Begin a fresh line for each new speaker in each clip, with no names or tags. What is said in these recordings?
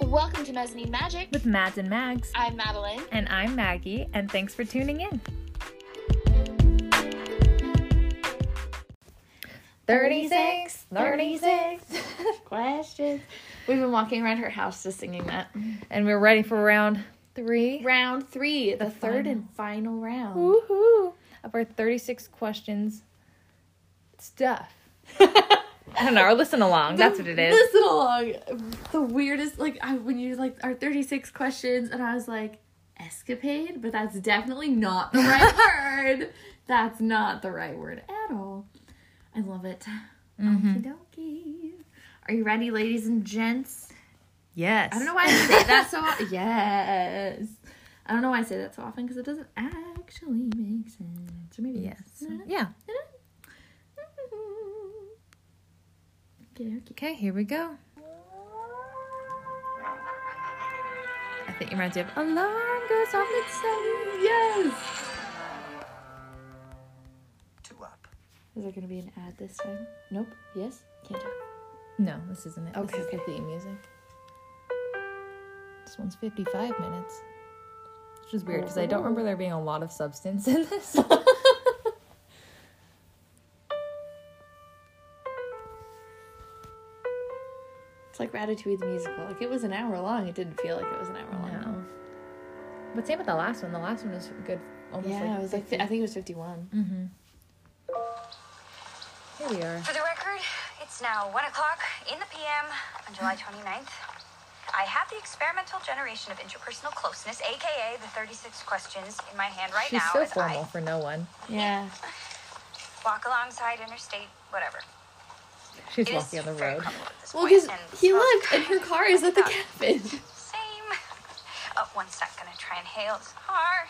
Welcome to Mezzanine Magic.
with Mads and Mags.
I'm Madeline.
And I'm Maggie, and thanks for tuning in.
36, 36. Questions. We've been walking around her house just singing that.
and we're ready for round three.
Round three, the, third and final round.
Woohoo! Of our 36 questions stuff. I don't know, or listen along. That's what it is.
Listen along. The weirdest, like I, when you like our thirty six questions, and I was like, escapade, but that's definitely not the right word. That's not the right word at all. I love it.
Mm-hmm.
Okie dokie. Are you ready, ladies and gents?
Yes.
I don't know why I say that so. o- Yes. I don't know why I say that so often because it doesn't actually make sense. Or maybe it
Yes.
does.
Yeah.
Mm-hmm. Okey dokey.
Okay, here we go. I think it reminds you of Alarm Goes Off at Seven.
Yes.
Two up.
Is there gonna be an ad this time? Nope. Yes. Can't do. it.
No, this isn't it.
Okay,
This is the theme music. This one's 55 minutes. Which is weird because I don't remember there being a lot of substance in this.
It's like Ratatouille the musical. Like it was an hour long. It didn't feel like it was an hour long.
No. But same with the last one. The last one was good. Almost
Yeah,
like,
it was like Mm. fi- I think it was fifty-one.
here we are.
For the record, it's now 1 o'clock in the PM on July 29th. I have the experimental generation of interpersonal closeness, aka the 36 questions, in my hand right
She's
now
so
as
formal for no one.
Yeah.
I walk alongside interstate, whatever.
She's
It is
walking on the
very
road.
comfortable at this
Well,
point,
because
and
he
so-
lived and her car is at the cabin.
Same. Oh, one sec. Gonna try and hail his car.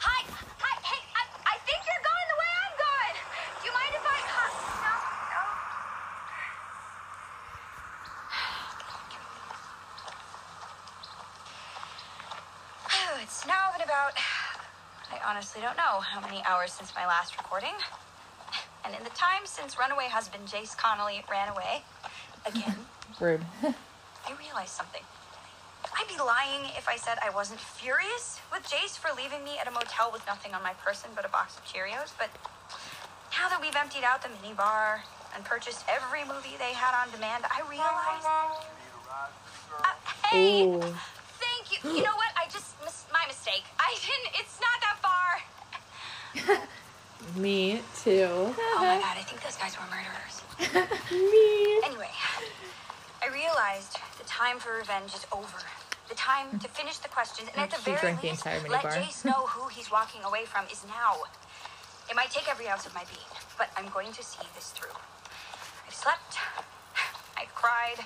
Hi, hi, hey, I, I think you're going the way I'm going. Do you mind if I? Huh? No, no. Oh, it's now been about. I honestly don't know how many hours since my last recording. And in the time since runaway husband Jace Connolly ran away, again.
Rude.
I realized something. I'd be lying if I said I wasn't furious with Jace for leaving me at a motel with nothing on my person but a box of Cheerios, but now that we've emptied out the minibar and purchased every movie they had on demand, I realize. Uh, hey!
Ooh.
Thank you. You know what? I just. Mis- my mistake. I didn't. It's not that far.
Me too.
Oh
Uh-huh.
my god, I think those guys were murderers.
Me.
Anyway, I realized the time for revenge is over. The time to finish the questions, and at the
She
very
drank the
least,
entire
let
minibar.
Jace know who he's walking away from is now. It might take every ounce of my being, but I'm going to see this through. I've slept. I've cried.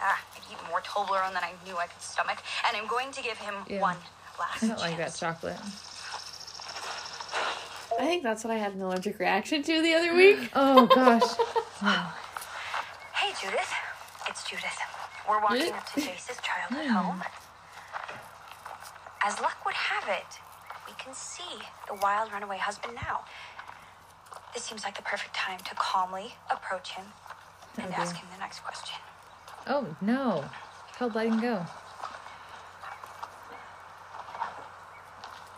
Ah, I've eaten more Toblerone than I knew I could stomach, and I'm going to give him
Yeah.
one last
I don't like that
chance.
chocolate.
I think that's what I had an allergic reaction to the other week.
Oh gosh.
Hey, Judith. It's Judith. We're walking up to Jace's childhood home. As luck would have it, we can see the wild runaway husband now. This seems like the perfect time to calmly approach him and
Okay.
ask him the next question.
Oh no. Held letting go.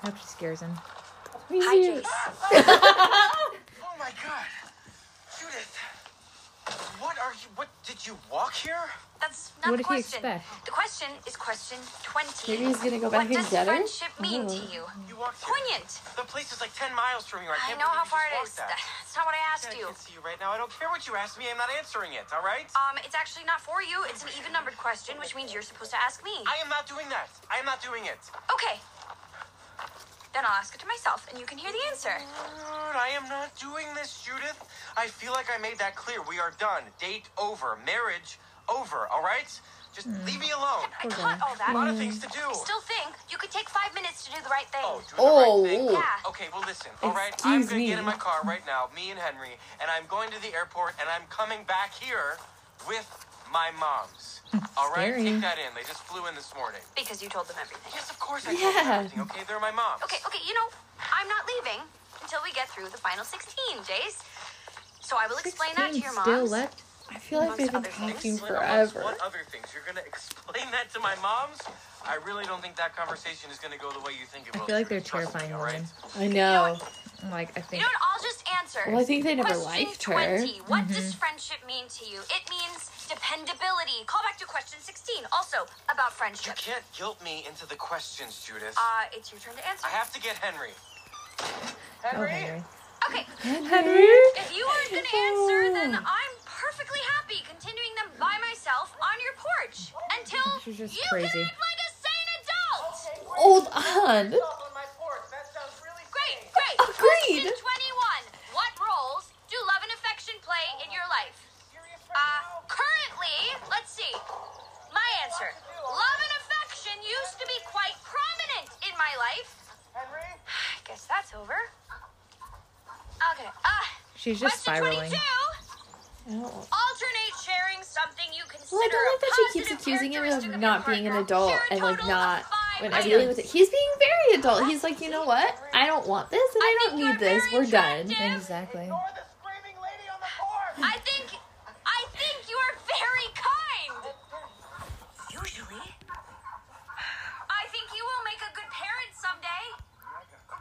I hope she scares him.
Hi, Jace.
Oh my god. Judith. What are you what did you walk here?
Ah, That's not
What
the
did he
question.
expect?
The question is question 20.
Maybe he's gonna go back
What does
and get her? Uh-huh.
friendship mean to you?
You walked here.
Poignant.
The place is like ten miles from here. I
I
can't
know how
believe you
far it
just walked
is.
that.
That's not what I asked
I
you.
can see you right now. I don't care what you asked me. I'm not answering it, all right?
Um, it's actually not for you. It's an even numbered question, which means you're supposed to ask me.
I am not doing that. I am not doing it.
Okay. Then I'll ask it to myself, and you can hear the answer.
Dude, I am not doing this, Judith. I feel like I made that clear. We are done. Date over. Marriage over, all right? Just leave me alone.
Mm. I caught all that.
A lot of things to do.
I still think you could take five minutes to do the right thing.
Oh, do the
Oh,
right thing?
ooh.
Yeah.
Okay, well, listen. All right, I'm
Excuse
gonna get in
me.
my car right now, me and Henry, and I'm going to the airport, and I'm coming back here with my mom's. All right,
Scary.
take that in. They just flew in this morning.
Because you told them everything.
Yes, of course I told
Yeah.
them everything. Okay, they're my mom's.
Okay, okay, you know, I'm not leaving until we get through the final 16, Jace. So I will explain that to your mom.
still left. I feel like they've been
Amongst other
talking
things.
forever.
What other things? You're gonna explain that to my mom's? I really don't think that conversation is gonna go the way you think it will.
I feel like they're
Judith. Trust me,
terrifying
all right?
I
women.
know.
Like I
You
think
know what? I'll just answer.
Well, I think they never
Question
liked her. Mm-hmm.
20. What does friendship mean to you? It means dependability. Call back to question 16, also about
You
friendship.
can't guilt me into the questions, Judith.
Uh, it's your turn to answer.
I have to get Henry.
Oh,
Henry?
Henry.
Okay, if you aren't going to answer, then I'm perfectly happy continuing them by myself on your porch until
She's just
you
crazy.
can act like a sane adult.
Hold on.
Great, great.
Agreed.
Question 21. What roles do love and affection play in your life? Uh, currently, let's see. My answer. Love and affection used to be quite prominent in my life. I guess that's over. Okay. Uh,
she's just
question
spiraling.
22. Alternate sharing something you consider
Well, I don't like
a
that she keeps
positive
accusing him
characteristic
of
your
not being an
partner.
adult
Share a
and like
total of
not
five
when
items.
I'm dealing with it. He's being very adult. He's like, you know what? I don't want this and I,
I
don't
think
need
you're
this.
very
We're done.
attractive.
Exactly.
I think, I think you are very kind. Usually. I think you will make a good parent someday.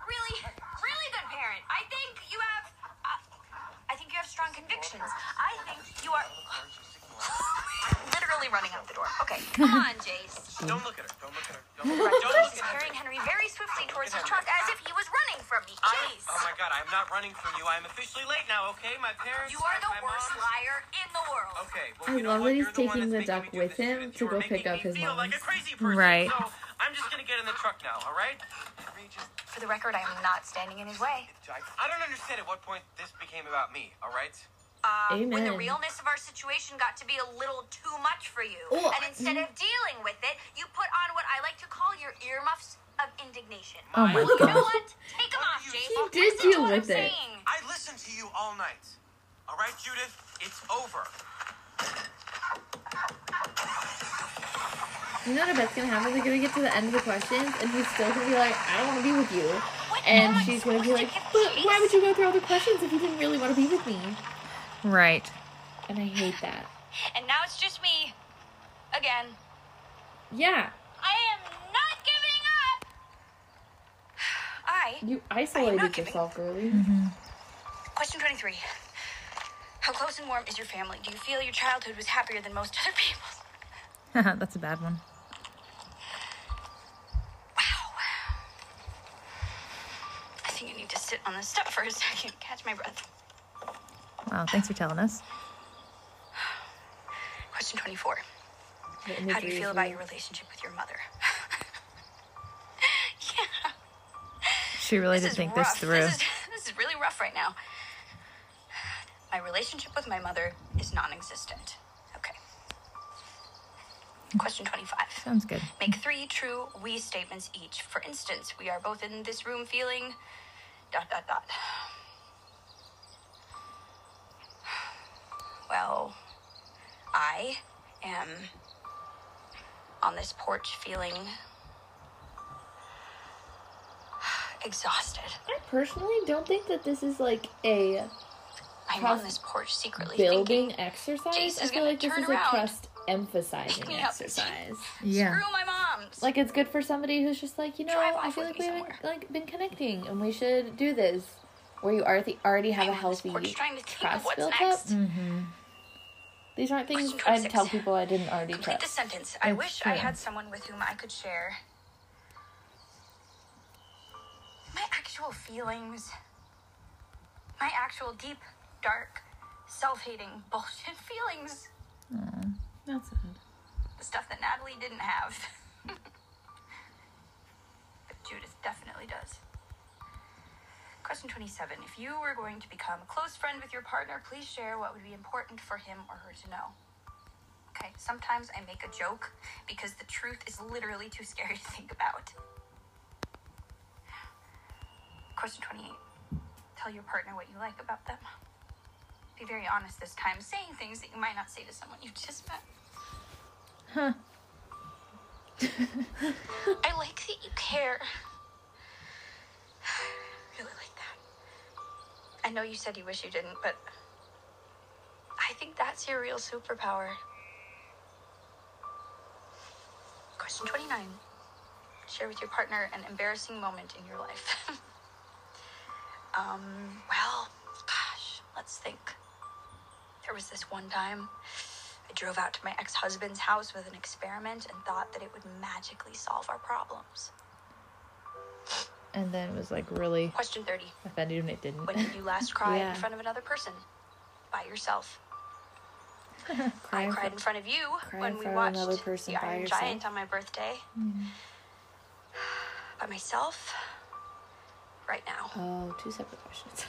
Really, really good parent. I think you have. Uh, I think you have strong convictions. I think you are. I'm literally running out the door. Okay, come on, Jace.
Don't look at her. Don't look at her. Don't look at her. Don't
Jace
look
is
at her.
carrying Henry very swiftly towards his truck as if he was running from me.
I-
Jace,
Oh my god, I'm not running from you. I'm officially late now, okay? My parents.
you are the
my
worst
mom-
liar in the world.
Okay, well,
I
you know
love
what?
that he's
You're the one
taking the
that's making
duck
me do
with
this,
him
Judith.
to
You are
go
making
pick up
me
his
feel like a
mom's.
crazy person.
Right.
So I'm just gonna get in the truck now, all right? Henry, just
For the record, I am not standing in his way.
I, I don't understand at what point this became about me, all right?
Uh, When
Amen.
the realness of our situation got to be a little too much for you,
Oh,
and instead of dealing with it, you put on what I like to call your earmuffs of indignation.
Oh my
you know
gosh.
what? Take them off, Jace.
He
did
deal
what
with
I'm
it.
Saying.
I listened to you all night. All right, Judith, it's over.
You know what I bet's gonna happen? They're gonna get to the end of the questions, and he's still gonna be like, "I don't want to be with you,"
What
and
am I
she's gonna be
supposed
like,
give
"But why
Jace?
would you go through all the questions if you didn't really want to be with me?"
Right.
And I hate that.
And now it's just me, again.
Yeah,
I am not giving up. I
you
I am not
isolated
giving-
yourself, girly.
Mm-hmm. Question 23. How close and warm is your family? Do you feel your childhood was happier than most other people's?
That's a bad one.
I think I need to sit on this step for a second, catch my breath.
Wow. Thanks for telling us.
Question 24.
The
How do
imagery
you
is
feel about
real.
your relationship with your mother?
She really did
is
think
rough.
this through.
This is, this is really rough right now. My relationship with my mother is non existent. Okay. Question 25.
Sounds good.
Make three true we statements each. For instance, we are both in this room feeling dot dot dot. Well, I am on this porch feeling exhausted.
I personally don't think that this is like a
I'm on this porch secretly
building
thinking,
exercise.
Jace
I
is
feel
gonna
like this
turn
is a
around.
trust emphasizing
Yep.
exercise.
Yeah.
screw my mom's.
Like it's good for somebody who's just like, you know,
Drive off
I feel
with
like
me
we haven't
somewhere.
like been connecting and we should do this. Where you are the, already have
I'm
a
on this
healthy
porch trying to think of
trust
what's
built up.
next. Mm-hmm.
These aren't things
Question
I'd tell
26.
people I didn't already
Complete the
trust.
sentence. I
That's
wish I
true.
had someone with whom I could share my actual feelings, my actual deep, dark, self hating bullshit feelings.
That's
The stuff that Natalie didn't have. but Judith definitely does. Question 27. If you were going to become a close friend with your partner, please share what would be important for him or her to know. Okay, sometimes I make a joke because the truth is literally too scary to think about. Question 28. Tell your partner what you like about them. Be very honest this time, saying things that you might not say to someone you just met. I like that you care. I really like that. I know you said you wish you didn't, but I think that's your real superpower. Question 29. Share with your partner an embarrassing moment in your life. um, well, gosh, let's think. There was this one time I drove out to my ex husband's house with an experiment and thought that it would magically solve our problems.
And then was like really
Question 30.
offended when it didn't.
When did you last cry
Yeah.
in front of another person? By yourself. I
Crying
cried in front of you
Cry in
when we
front of
watched
another person
The
by
Iron
yourself. Hmm.
Giant on my birthday. By myself, right now.
Oh, two separate questions.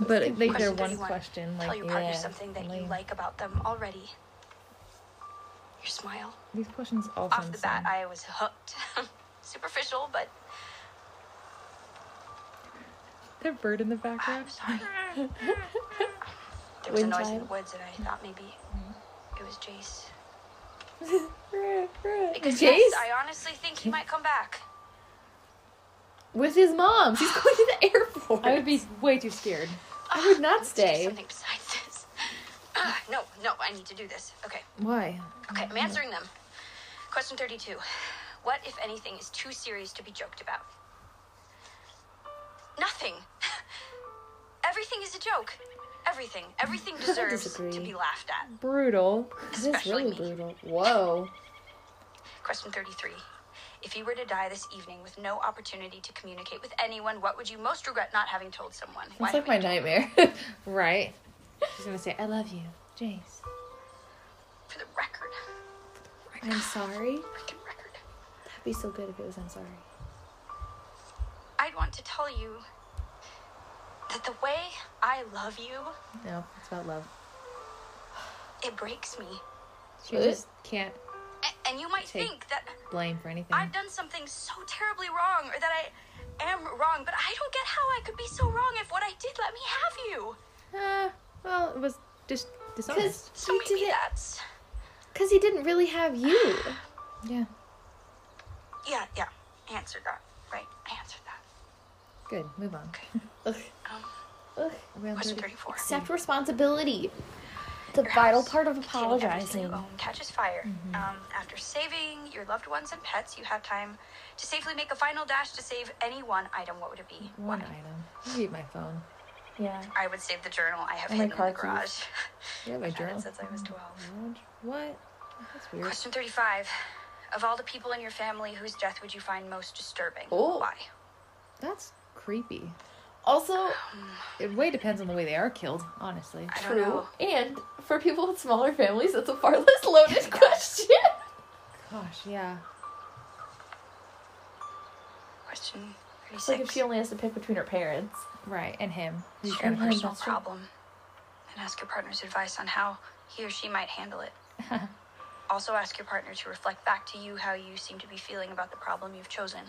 But like their
Question
one
31.
question, like
Tell your partner
yeah,
something that you
lame.
like about them already. Your smile.
These questions all
Off
sound
the bat,
same.
I was hooked. Superficial, but
Their bird in the background.
I'm sorry. there was a
Wind
noise in the
chime.
woods, and I thought maybe it was Jace. Because
Jace
yes, I honestly think he might come back.
with his mom. She's going to the airport.
I would be way too scared.
I would not
Let's do
stay.
Something besides this. Ah, no, no, I need to do this. Okay,
Why?
okay, I'm answering them. Question 32. What, if anything, is too serious to be joked about? Nothing. Everything is a joke. Everything. Everything deserves to
disagree.
be laughed at.
Brutal.
This is
especially
really
me.
brutal. Whoa.
Question 33. If you were to die this evening with no opportunity to communicate with anyone, what would you most regret not having told someone? Why
It's like my
haven't you
nightmare.
Right.
She's gonna say, I love you.
Jace.
told- For the record.
I'm sorry.
Freaking record.
That'd be so good if it was I'm sorry.
I'd want to tell you that the way I love you,
No, it's about love.
it breaks me.
She
What?
just can't
A- and you might
Take-
think that
blame for anything.
I've done something so terribly wrong or that I am wrong, but I don't get how I could be so wrong if what I did let me have you.
Uh, well, it was just dishonest.
So
You did
maybe
it.
that's.
Because he didn't really have you.
Yeah.
Yeah, yeah. I answered that. Right. I answered that.
Good. Move on.
Ugh.
Um,
Ugh.
Are we on
question
30?
34.
Accept responsibility. The
Your
vital
house
part of
containing everything
apologizing.
You own catches fire. Um, after saving your loved ones and pets, you have time to safely make a final dash to save any one item. What would it be?
One item. Maybe my phone.
Yeah.
I would save the journal I have
And my
hidden
car
in the garage.
keys.
Yeah, my
I've had
journal.
it since I was 12.
Mm-hmm.
What? That's weird.
Question 35. Of all the people in your family, whose death would you find most disturbing?
Oh.
Why?
That's creepy.
Also,
It way depends on the way they are killed, honestly.
I don't
true.
know.
And for people with smaller families, that's a far less loaded question.
Gosh, yeah.
Question
It's like if
36.
she only has to pick between her parents.
Right, and him. He's
Share a
kind of-
personal
that's true.
problem and ask your partner's advice on how he or she might handle it. also, ask your partner to reflect back to you how you seem to be feeling about the problem you've chosen.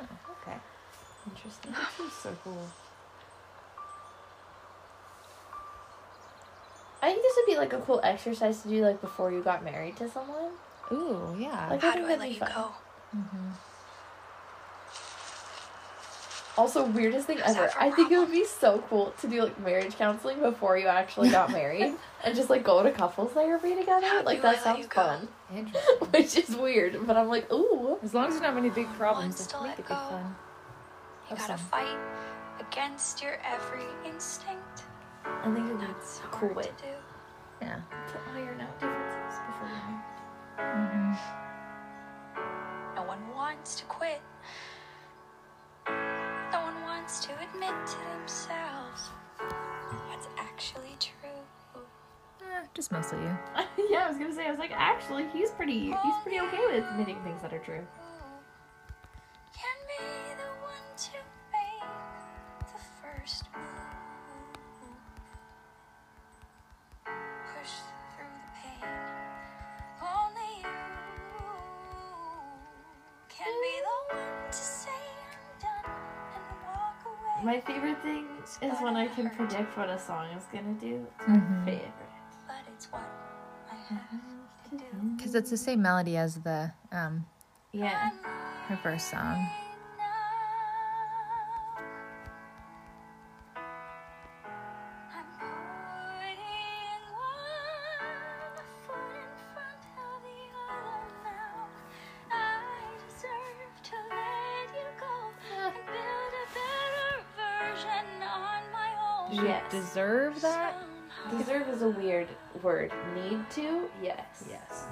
okay.
Interesting.
so cool.
I think this would be like a cool exercise to do like before you got married to someone.
Ooh, yeah.
Like- I
How
think
do I
that'd
let
be
you
fun.
go?
Also, weirdest thing
that
ever.
for a
I think it would be so cool to do like marriage counseling before you actually got married and just like go to couples therapy
How
together. Like
do
that
I let
sounds
you go?
fun.
Interesting.
Which is weird, but I'm like, ooh.
As long as there's not many big problems,
Wants to
I think
let
it'd be
go.
fun.
You
Have
gotta
some.
fight against your every instinct.
I think it would
That's
Cool
hard to
way.
do.
Yeah.
to iron out differences before you marry.
No one wants to quit. No one wants to admit to themselves what's actually true.
Eh, just mostly you.
yeah, I was gonna say. I was like, actually, he's pretty. He's pretty okay with admitting things that are true.
Can be the one to make the first move. Push through the pain. Only you can be the one to say I'm done and walk away.
My favorite thing is when I can predict what a song is gonna do. It's my favorite.
But it's what I have to do.
Because it's the same melody as the um
Yeah.
her first song.
I'm putting one
Did you
Yes.
deserve that?
Deserve is a weird word. Need to? Yes.
Yes.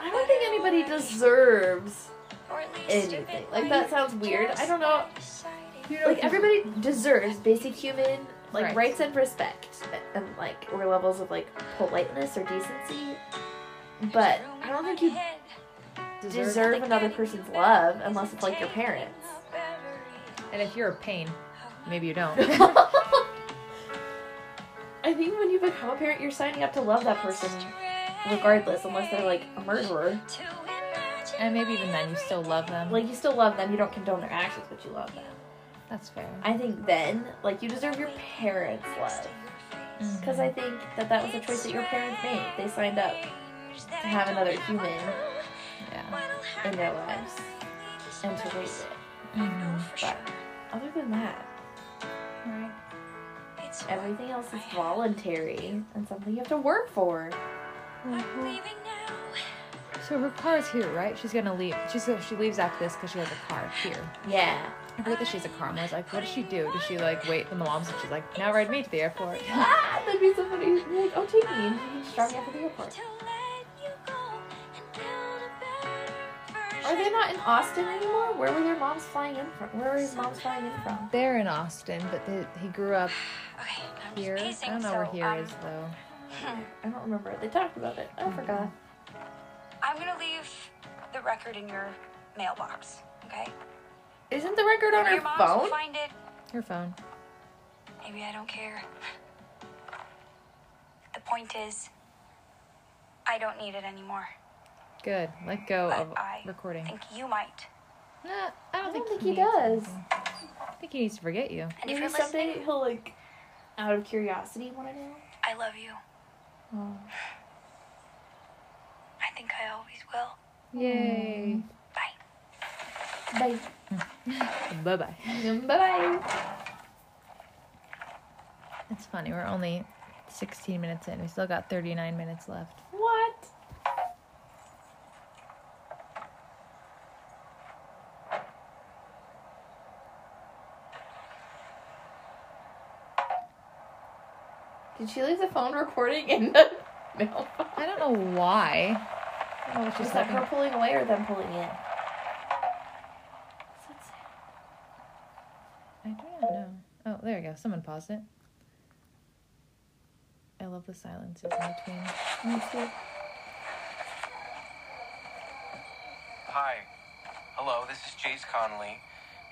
I don't think anybody deserves
Or at least if
anything.
it
Like that
might
sounds weird. I don't know.
decided.
You
Like everybody deserves basic human like
Right.
rights and respect and like or levels of like politeness or decency. But
Room
I
in
don't think
my
you
head,
deserve another person's love unless it's like your
taking
parents.
up every
And if you're a pain, maybe you don't.
I think when you become a parent, you're signing up to love that person regardless, unless they're like a murderer.
To imagine
and maybe even then, you still love them.
Like, you still love them, you don't condone their actions, but you love them.
That's fair.
I think then, like, you deserve your parents' love.
Mm.
Because I think that that was a choice that your parents made. They signed up
that
to have another human
Yeah.
in their lives and to raise it.
Mm-hmm.
But other than that,
Right.
it's
everything else is voluntary and something you have to work for.
I'm leaving now.
Mm-hmm. So her car is here, right? She's gonna leave. She's she leaves after this because she has a car here.
Yeah.
I forget that she's a car. I was like, what does she do? Does she like wait in the mom's and she's like, now ride me to the airport?
Ah, that'd be so funny. You're like, oh, take me. And you can just drive me out to the airport.
To let you go and build a better
Are they
version
not in
of
Austin anymore? Where were their moms flying in from? Where were his moms flying in from?
They're in Austin, but they, he grew up
Okay, I'm just
here. I
pacing,
don't know
so,
where here
um,
is though.
I don't remember. They talked about it. I forgot.
I'm gonna leave the record in your mailbox, okay?
Isn't the record on
Your
her
mom will
phone?
find it.
Her phone.
Maybe I don't care. The point is, I don't need it anymore.
Good. Let go
But
of
I
recording.
think you might.
Nah, I don't
I
think,
don't think he
needs
does.
anything. I think he needs to forget you.
And if
Maybe
you're
someday
listening,
he'll like, out of curiosity, want to know.
I love you.
Oh.
I think I always will.
Hmm.
Yay.
Bye.
Bye.
Bye bye.
Bye. Bye.
It's funny. We're only 16 minutes in. We still got 39 minutes left.
What? Did she leave the phone recording in the mailbox?
I don't know why. I don't know what she's
Was that her
talking-
pulling away or them pulling in?
I don't know. Oh, there we go. Someone paused it. I love the silences in between.
Hi. Hello, this is Jace Connolly,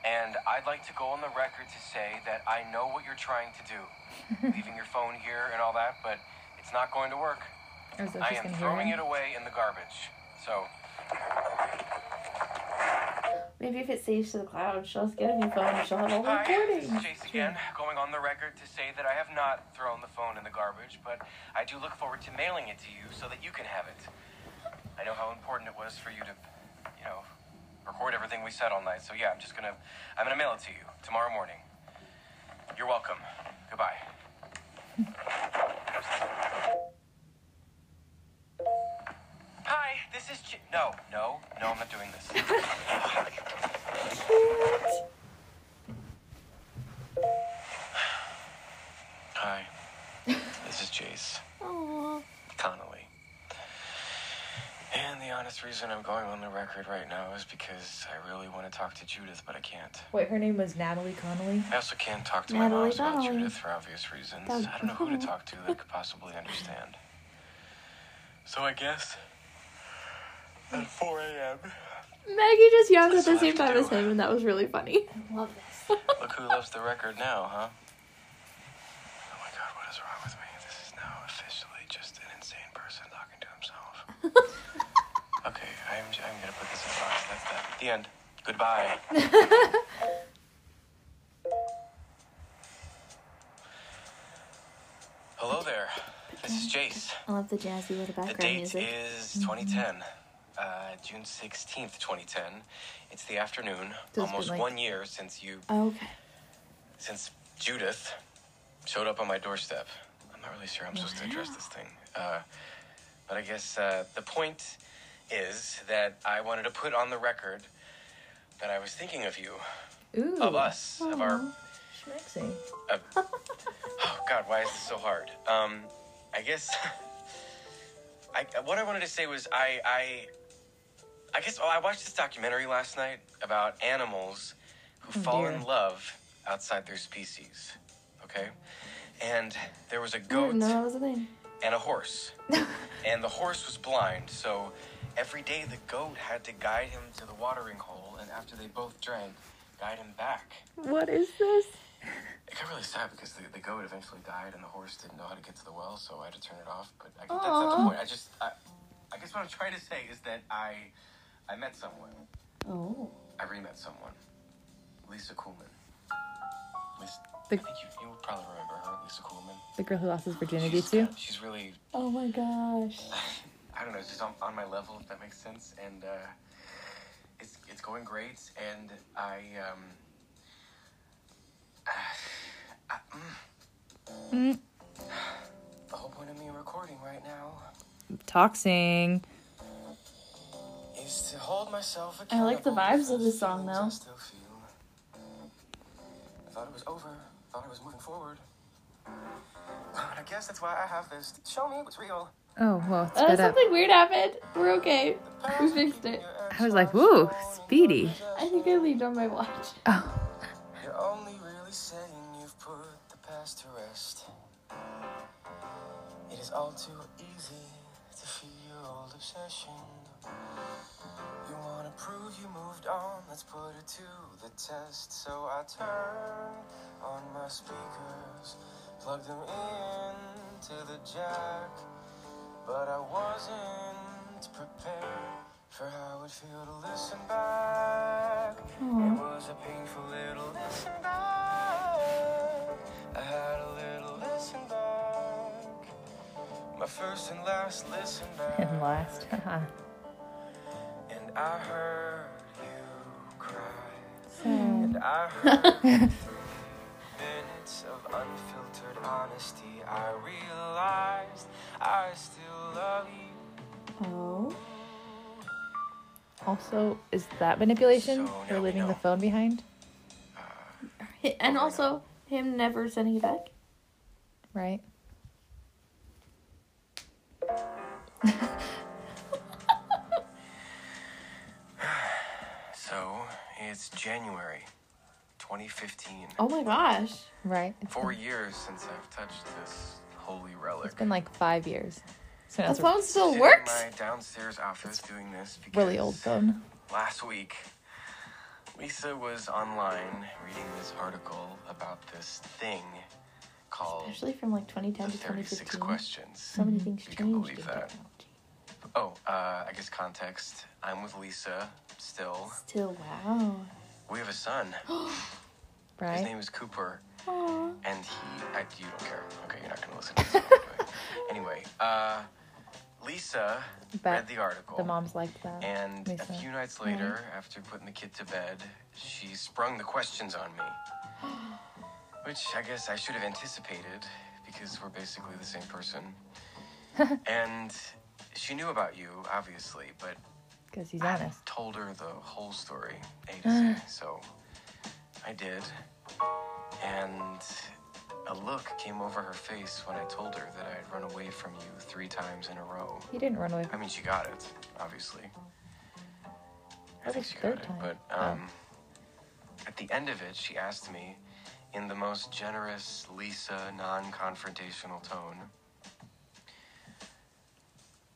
and I'd like to go on the record to say that I know what you're trying to do. Leaving your phone here and all that, but it's not going to work.
Or is that
I
she's
am
gonna
throwing
hear
it away in the garbage. So,
Maybe if it saves to the cloud, she'll just get a new phone and she'll have all the
hi,
recordings.
this is Jace again, going on the record to say that I have not thrown the phone in the garbage, but I do look forward to mailing it to you so that you can have it. I know how important it was for you to, you know, record everything we said all night. So yeah, I'm just gonna, I'm gonna mail it to you tomorrow morning. You're welcome. Goodbye. Hi, this is J- no, no, no. I'm not doing this. Hi, this is Jace. Connolly. And the honest reason I'm going on the record right now is because I really want to talk to Judith, but I can't.
Wait, her name was Natalie Connolly?
I also can't talk to my
Natalie
moms about
Donnelly.
Judith for obvious reasons. I don't know who to talk to that could possibly understand. So I guess at 4 a.m.
Maggie just yawned
at the That's what I same have to time as do. him,
and that was really funny.
Look who loves the record now, huh? Oh my god, what is wrong with me? This is now officially just an insane person talking to himself. okay, I'm, I'm gonna put this in a box. That's that. The end. Goodbye. Hello there. This is Jace.
I love the jazzy little
The
background
date
music.
is 2010, uh, June 16th, 2010. It's the afternoon,
been
almost
like-
one year since you
Oh, okay.
since Judith showed up on my doorstep. I'm not really sure I'm supposed to address this thing. Uh, but I guess uh, the point is that I wanted to put on the record that I was thinking of you,
Ooh.
of us, of our
Schmexy.
Oh God, why is this so hard? Um, I guess. I what I wanted to say was I I. I guess oh I watched this documentary last night about animals who fall
dear.
in love outside their species. Okay, and there was a
Oh, No,
goat
that was a thing.
and a horse. and the horse was blind, so every day the goat had to guide him to the watering hole, and after they both drank, guide him back.
What is this?
It got really sad because the, the goat eventually died, and the horse didn't know how to get to the well, so I had to turn it off. But I, that's not the
Aw.
point. I just, I, I guess what I'm trying to say is that I, I met someone.
Oh.
I re-met someone. Lisa Coolman. Lisa,
The-
I think you, you would probably remember her, Lisa Coolman.
The girl who lost his virginity
she's,
to?
She's really
Oh my gosh.
I don't know, it's just on, on my level, if that makes sense. And uh, it's it's going great. And I um, I, mm.
Mm.
the whole point of me recording right now
Toxing.
is to hold myself
I
accountable.
like the vibes of this song,
feelings I
though.
still feel. I thought it was over. Thought I was moving forward. But I guess that's why I have this. Show me what's real.
Oh, whoa, it's
Uh,
sped up.
something weird happened. We're okay. We fixed it.
I was like, woo, speedy.
I think I leaned on my watch.
Oh,
You're only really saying you've put the past to rest. It is all too easy to feed your old obsession. You wanna prove you moved on, let's put it to the test. So I turn on my speakers, plug them in to the jack. But I wasn't prepared for how it feel to listen back. It was a painful little listen back. I had a little listen back. My first and last listen back.
and last. Haha.
And I heard you cry.
so,
And I heard minutes of unfiltered honesty. I realized I still love you.
Oh.
also, is that manipulation?
So now
You're
we
leaving the
know.
phone behind?
And also, him never sending it back.
Right?
So it's January 2015.
Oh my gosh.
Right? It's
Four years since I've touched this holy relic.
It's been like five years. So now
The
it's a
phone still
Sitting
works?
In my downstairs office doing this because
really old phone.
last week Lisa was online reading this article about this thing called
Especially from like
the
2010 to
36
2015.
questions.
So many things
You can
changed in
believe that.
technology.
Oh, uh, I guess context. I'm with Lisa still.
Still, wow.
We have a son. His
Right?
name is Cooper.
Aw.
And he, I, you don't care. Okay, you're not gonna listen. to this, so I'll do it. anyway, uh, Lisa
But
read the article,
the mom's like that.
and
Lisa.
a few nights later, after putting the kid to bed, she sprung the questions on me, which I guess I should have anticipated because we're basically the same person. and she knew about you, obviously, but
Because he's
I
honest.
told her the whole story, A to Z. so I did. And a look came over her face when I told her that I had run away from you three times in a row.
He didn't run away.
I mean, she got it, obviously. I
That
think
was
she
third
got it,
time.
but
Oh.
um, at the end of it, she asked me, in the most generous Lisa non-confrontational tone,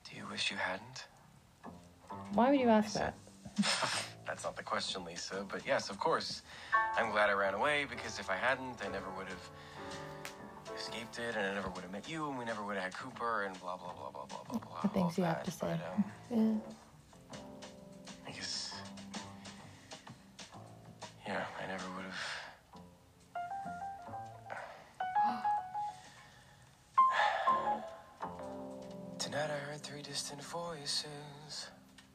"Do you wish you hadn't?"
Why would you ask that?
That's not the question, Lisa, but yes, of course. I'm glad I ran away because if I hadn't, I never would have escaped it and I never would have met you and we never would have had Cooper and blah, blah, blah, blah, blah, blah, blah. all
things
of
you have
that.
to say.
But, um,
Yeah.
I guess. Yeah, I never would have. Tonight I heard three distant voices.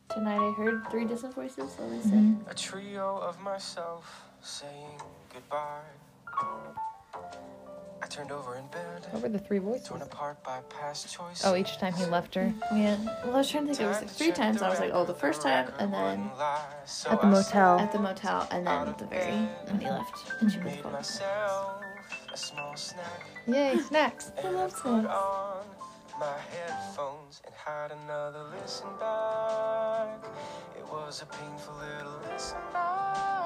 Tonight I heard three distant voices, so they said.
A trio of myself saying goodbye. I turned over in bed,
What were the three voices?
torn apart by past choices.
Oh, each time he left her.
Yeah. Well, I was trying to think. It was like three times. I was like, oh, the first time, and then
At the motel.
at the motel, and then at the very when he left. And she was
Made
gone.
myself a small snack.
Yay, snacks.
I love put on my headphones and had another listen back. It was a painful little listen back.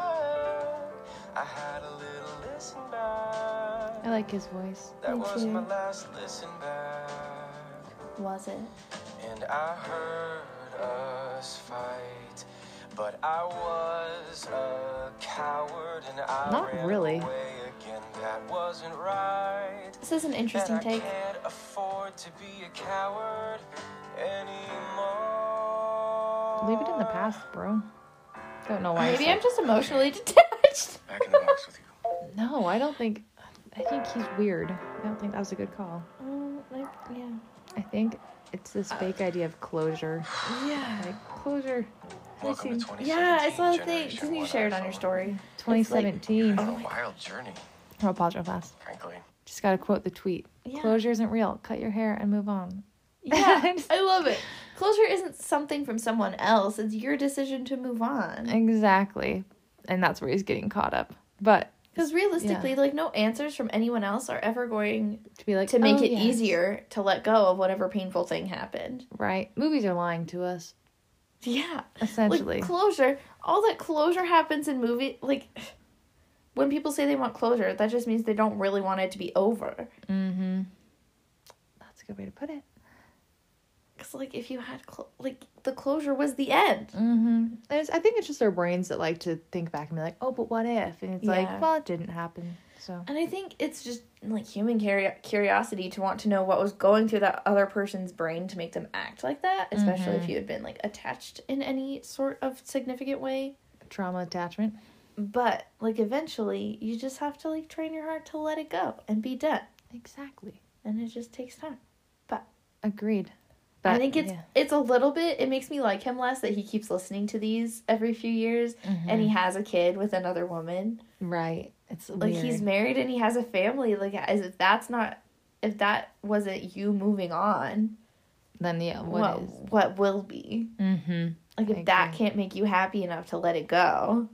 I had a little listen back.
I like his voice.
That was
too.
my last listen back.
Was it?
And I heard us fight, but I was a coward and I
Not
ran
really.
away again. That wasn't right.
This is an interesting
And I
take.
can't afford to be a coward anymore.
Leave it in the past, bro. Don't know why. I
Maybe
said-
I'm just emotionally detached.
Back in the box with you.
No, I don't think. I think he's weird. I don't think that was a good call.
Mm, like, yeah.
I think it's this fake idea of closure.
Yeah.
Like closure.
Welcome to
seems-
2017.
Yeah, I saw the thing.
Generation
Didn't you
One
share it on your
iPhone.
story?
2017.
Oh.
It's been a wild journey,
I'll pause real fast.
frankly.
Just gotta quote the tweet.
Yeah.
Closure isn't real. Cut your hair and move on.
Yeah, I love it. Closure isn't something from someone else. It's your decision to move on.
Exactly. And that's where he's getting caught up. But
Because realistically, like no answers from anyone else are ever going
to be like
to make
"Oh,
it
yes."
easier to let go of whatever painful thing happened.
Right. Movies are lying to us,
Yeah.
essentially.
Like closure, all that closure happens in movie like when people say they want closure, that just means they don't really want it to be over.
mm-hmm. That's a good way to put it.
Cuz like if you had clo- like the closure was the end.
Mm-hmm. It's, I think it's just our brains that like to think back and be like, oh, but what if? And it's
Yeah.
like, well, it didn't happen. So
And I think it's just like human curi- curiosity to want to know what was going through that other person's brain to make them act like that, especially if you had been like attached in any sort of significant way.
trauma attachment.
But like eventually, you just have to like train your heart to let it go and be done,
Exactly.
and it just takes time.
Agreed.
I think it's
yeah.
it's a little bit. It makes me like him less that he keeps listening to these every few years, and he has a kid with another woman.
right. It's
Like he's
weird.
married and he has a family. Like as if that's not if that wasn't you moving on.
then yeah.
what
uh, What is?
what will be.
Mm-hmm.
Like if
I
that
agree.
can't make you happy enough to let it go.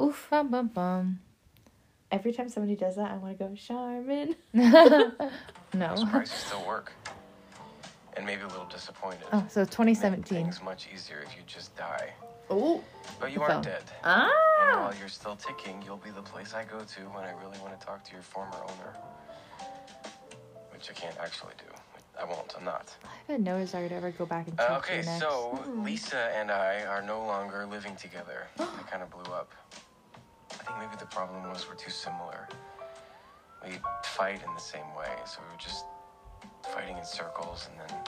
Oof. Bum bum bum.
Every time somebody does that, I want to go Charmin.
No.
Surprised you still work. And maybe a little disappointed.
Oh, so
Make
2017.
Things much easier if you just die.
Oh,
But you
The
aren't
phone.
dead.
ah!
And while you're still ticking, you'll be the place I go to when I really want to talk to your former owner. Which I can't actually do. I won't. I'm not.
I haven't noticed I would ever go back and check
Uh, okay,
your next. Hmm.
so Lisa and I are no longer living together. I kind of blew up. I think maybe the problem was we're too similar. We fight in the same way, so we were just fighting in circles, and then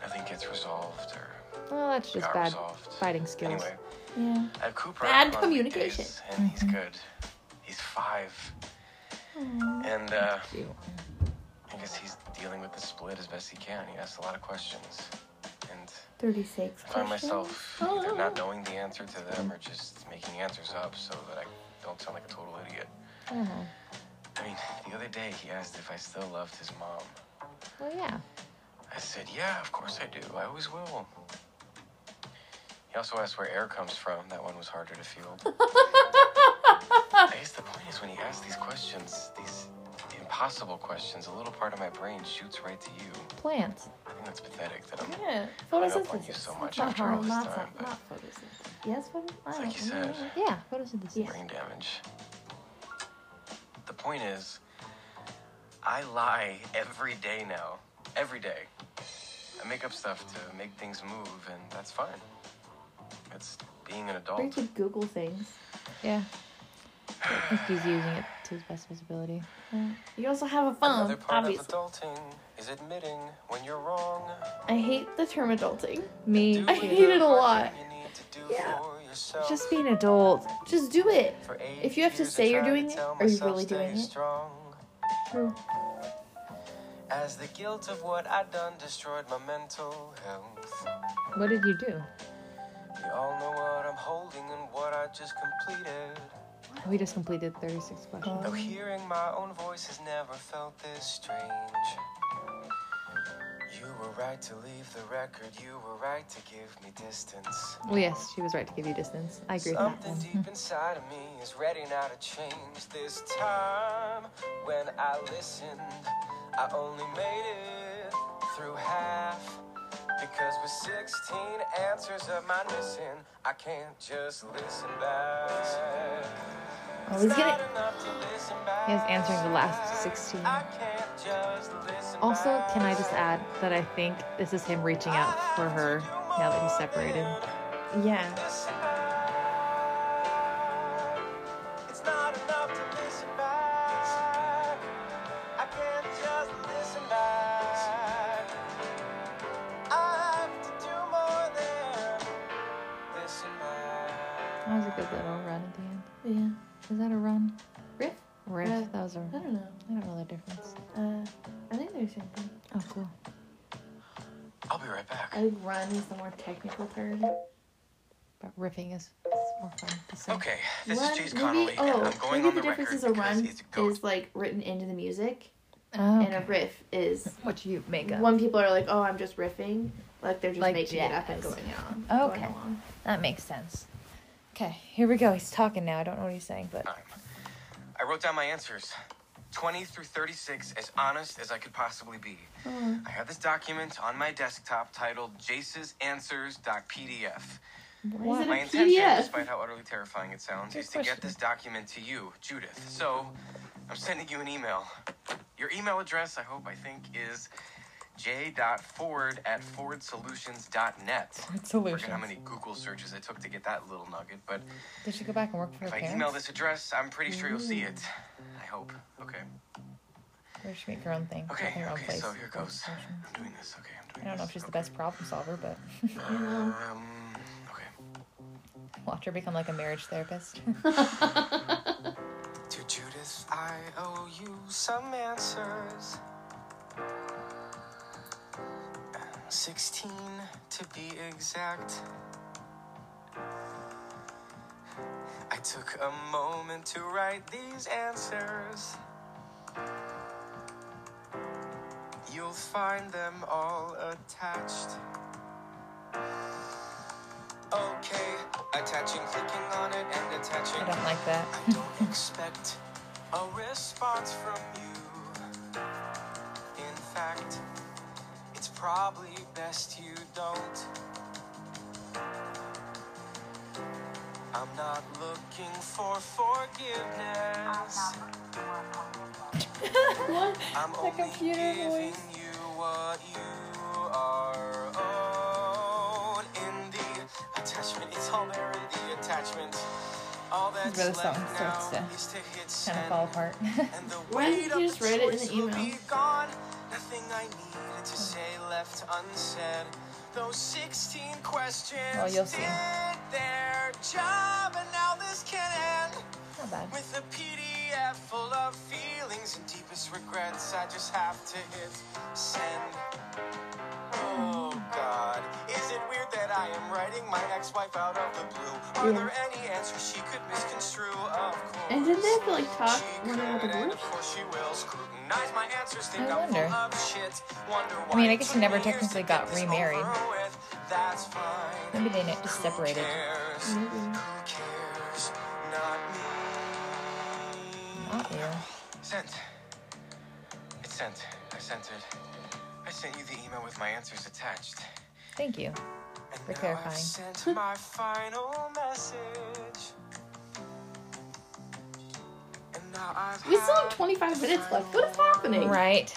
nothing gets resolved or
Well, Oh, that's just
got
bad
resolved.
fighting skills.
Anyway,
Yeah.
I have Cooper
Bad
on
communication.
weekdays, And he's good. He's five. And uh,
Cute.
I guess he's dealing with the split as best he can. He asks a lot of questions. And
36
I find
questions. Oh.
myself either not knowing the answer to them or just making answers up so that I don't sound like a total idiot.
Oh,
I mean, the other day he asked if I still loved his mom.
well, yeah.
I said, yeah, of course I do. I always will. He also asked where air comes from. That one was harder to field. I guess the point is when he asks these questions, these impossible questions, a little part of my brain shoots right to you.
Plants.
I think that's pathetic that I'm
Yeah.
hung up on you
Oh, Photosynthesis.
so much
not
after
hard.
all this
Lots
time.
of,
But
not photosynthesis. Yes, photosynthesis.
it's like you said,
Yeah. Photosynthesis.
Yeah.
brain damage. The point is, I lie every day now. Every day. I make up stuff to make things move, and that's fine. It's being
Or
an
you
adult.
could Google things.
Yeah. I think he's using it to his best of his ability.
You also have a
Another
phone,
part
obviously.
of adulting is admitting when you're wrong.
I hate the term adulting.
Me,
Do
I
the
hate it a
hard
lot.
thing you need to do
Yeah.
for yourself.
just be an adult.
Just do it.
For eight
If you have to
years, I
say you're
tried to
doing it,
tell
are you
myself
really
stay
doing it?
strong.
True.
As the guilt of what I'd done destroyed my mental health.
What did you do?
We all know what I'm holding and what I just completed.
We just completed 36 questions.
Mm-hmm.
Though hearing my own voice has never felt this strange. You were right to leave the record, you were right to give me distance.
Oh, yes, she was right to give you distance. I agree with that
Something
one.
deep inside of me is ready now to change. This time, when I listened, I only made it through half. Because with 16 answers of my missing, I can't just listen back.
Oh, he's
Not
getting.
enough to listen back.
He was answering the last 16.
I can't just listen
Also,
back.
can I just add that I think this is him reaching out for her now that he's separated?
Yeah.
Listen back. It's not enough to listen back. I can't just listen back. I have to do more than listen back.
That was a good little run at the end.
Yeah.
Is that a run?
Riff?
Riff?
Uh,
that was a.
I
I
don't know.
don't know the difference.
Uh, I think there's something.
Oh, cool.
I'll be right back.
I think run is the more technical term.
But riffing is it's more fun to sing.
Okay, this
Run-
is James
maybe-
Connolly,
oh,
and I'm going
maybe
on
the,
the,
difference
record
is a
because
run
it's a goat.
is like written into the music,
Oh,
and a riff is
what you make up.
when people are like, "Oh, I'm just riffing," like Oh, they're just
Like
making it up and
jazz.
going on. going
Okay.
along.
That makes sense. Okay, here we go. He's talking now. I don't know what he's saying, but
time. I wrote down my answers 20 through 36, as honest as I could possibly be. I have this document on my desktop titled Jace's Answers.pdf.
Why is it
My
a
intention,
PDF?
despite how utterly terrifying it sounds, is to get this document to you, Judith. So I'm sending you an email. Your email address, I hope, I think, is j.ford at fordsolutions.net. Forget how
solutions.
many Google searches it took to get that little nugget, but
Did she go back and work for her
if I email
parents?
this address, I'm pretty sure you'll see it.
Mm.
I hope. Okay.
Or did she make her own thing?
Okay,
Her own
okay,
place.
so here goes.
Solution.
I'm doing this. Okay, I'm
I
doing
don't know if
this.
she's the best problem solver, but
Um, okay.
watch her become like a marriage therapist.
To Judith, I owe you some answers. 16 to be exact. I took a moment to write these answers. You'll find them all attached. Okay, attaching, clicking on it, and attaching.
I don't like that.
I don't expect a response from you. In fact, it's probably best you don't. I'm not looking for
Uh-huh.
forgiveness. I'm only giving you what you are owed. In the attachment, it's all there in the attachment. All that's
where the
left
song
now
starts to
is to hit
Kind of fall
send.
apart.
And the
Why didn't
weight
you
of
just write it in
choice
the
will
email?
be gone. Nothing I needed to say left unsaid. Those 16 questions
Oh,
Well, you'll see.
did their job, and now this can end.
Not bad.
With a PDF full of feelings and deepest regrets, I just have to hit send. Oh God, is it weird that I am writing my ex-wife out of the blue? Are
Yeah.
there any answers she could misconstrue? Of course.
And didn't they have to like talk
She
one about the
could, and of
voice?
course she will scrutinize my answers. Think
I
I'm full
wonder.
of shit. Wonder
I mean,
why
I
it
guess she
took
never
me years to
technically
get
got
this
remarried.
over with. That's fine.
Maybe they ne- just
Who
separated. Mm-hmm.
cares? Who cares? Not me.
Not you.
Sent. It's sent. I sent it. I sent you the email with my answers attached.
Thank you.
And
For
now
clarifying.
I've sent my final message. And now I've
We still
had
have 25 minutes left. What is happening?
Right.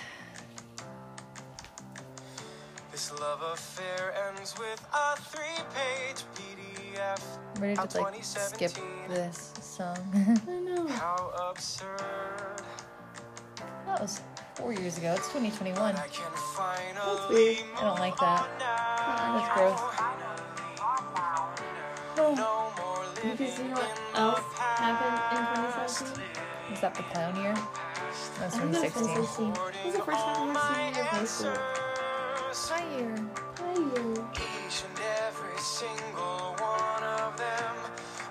This love affair ends with a three-page PDF.
I'm ready
Of
to like skip
2017.
this song.
I know.
How absurd!
that was four years ago. It's 2021.
But I can finally
I don't like that.
move on now.
That's gross.
Oh,
Oh,
No more living
Because you know what
in the
else
past.
happened in 2017?
Is that the clown year? That's
I think that was
2016.
2016. It was the first time I ever seen you in high
Hi year.
school. Hi,
Each and every single one of them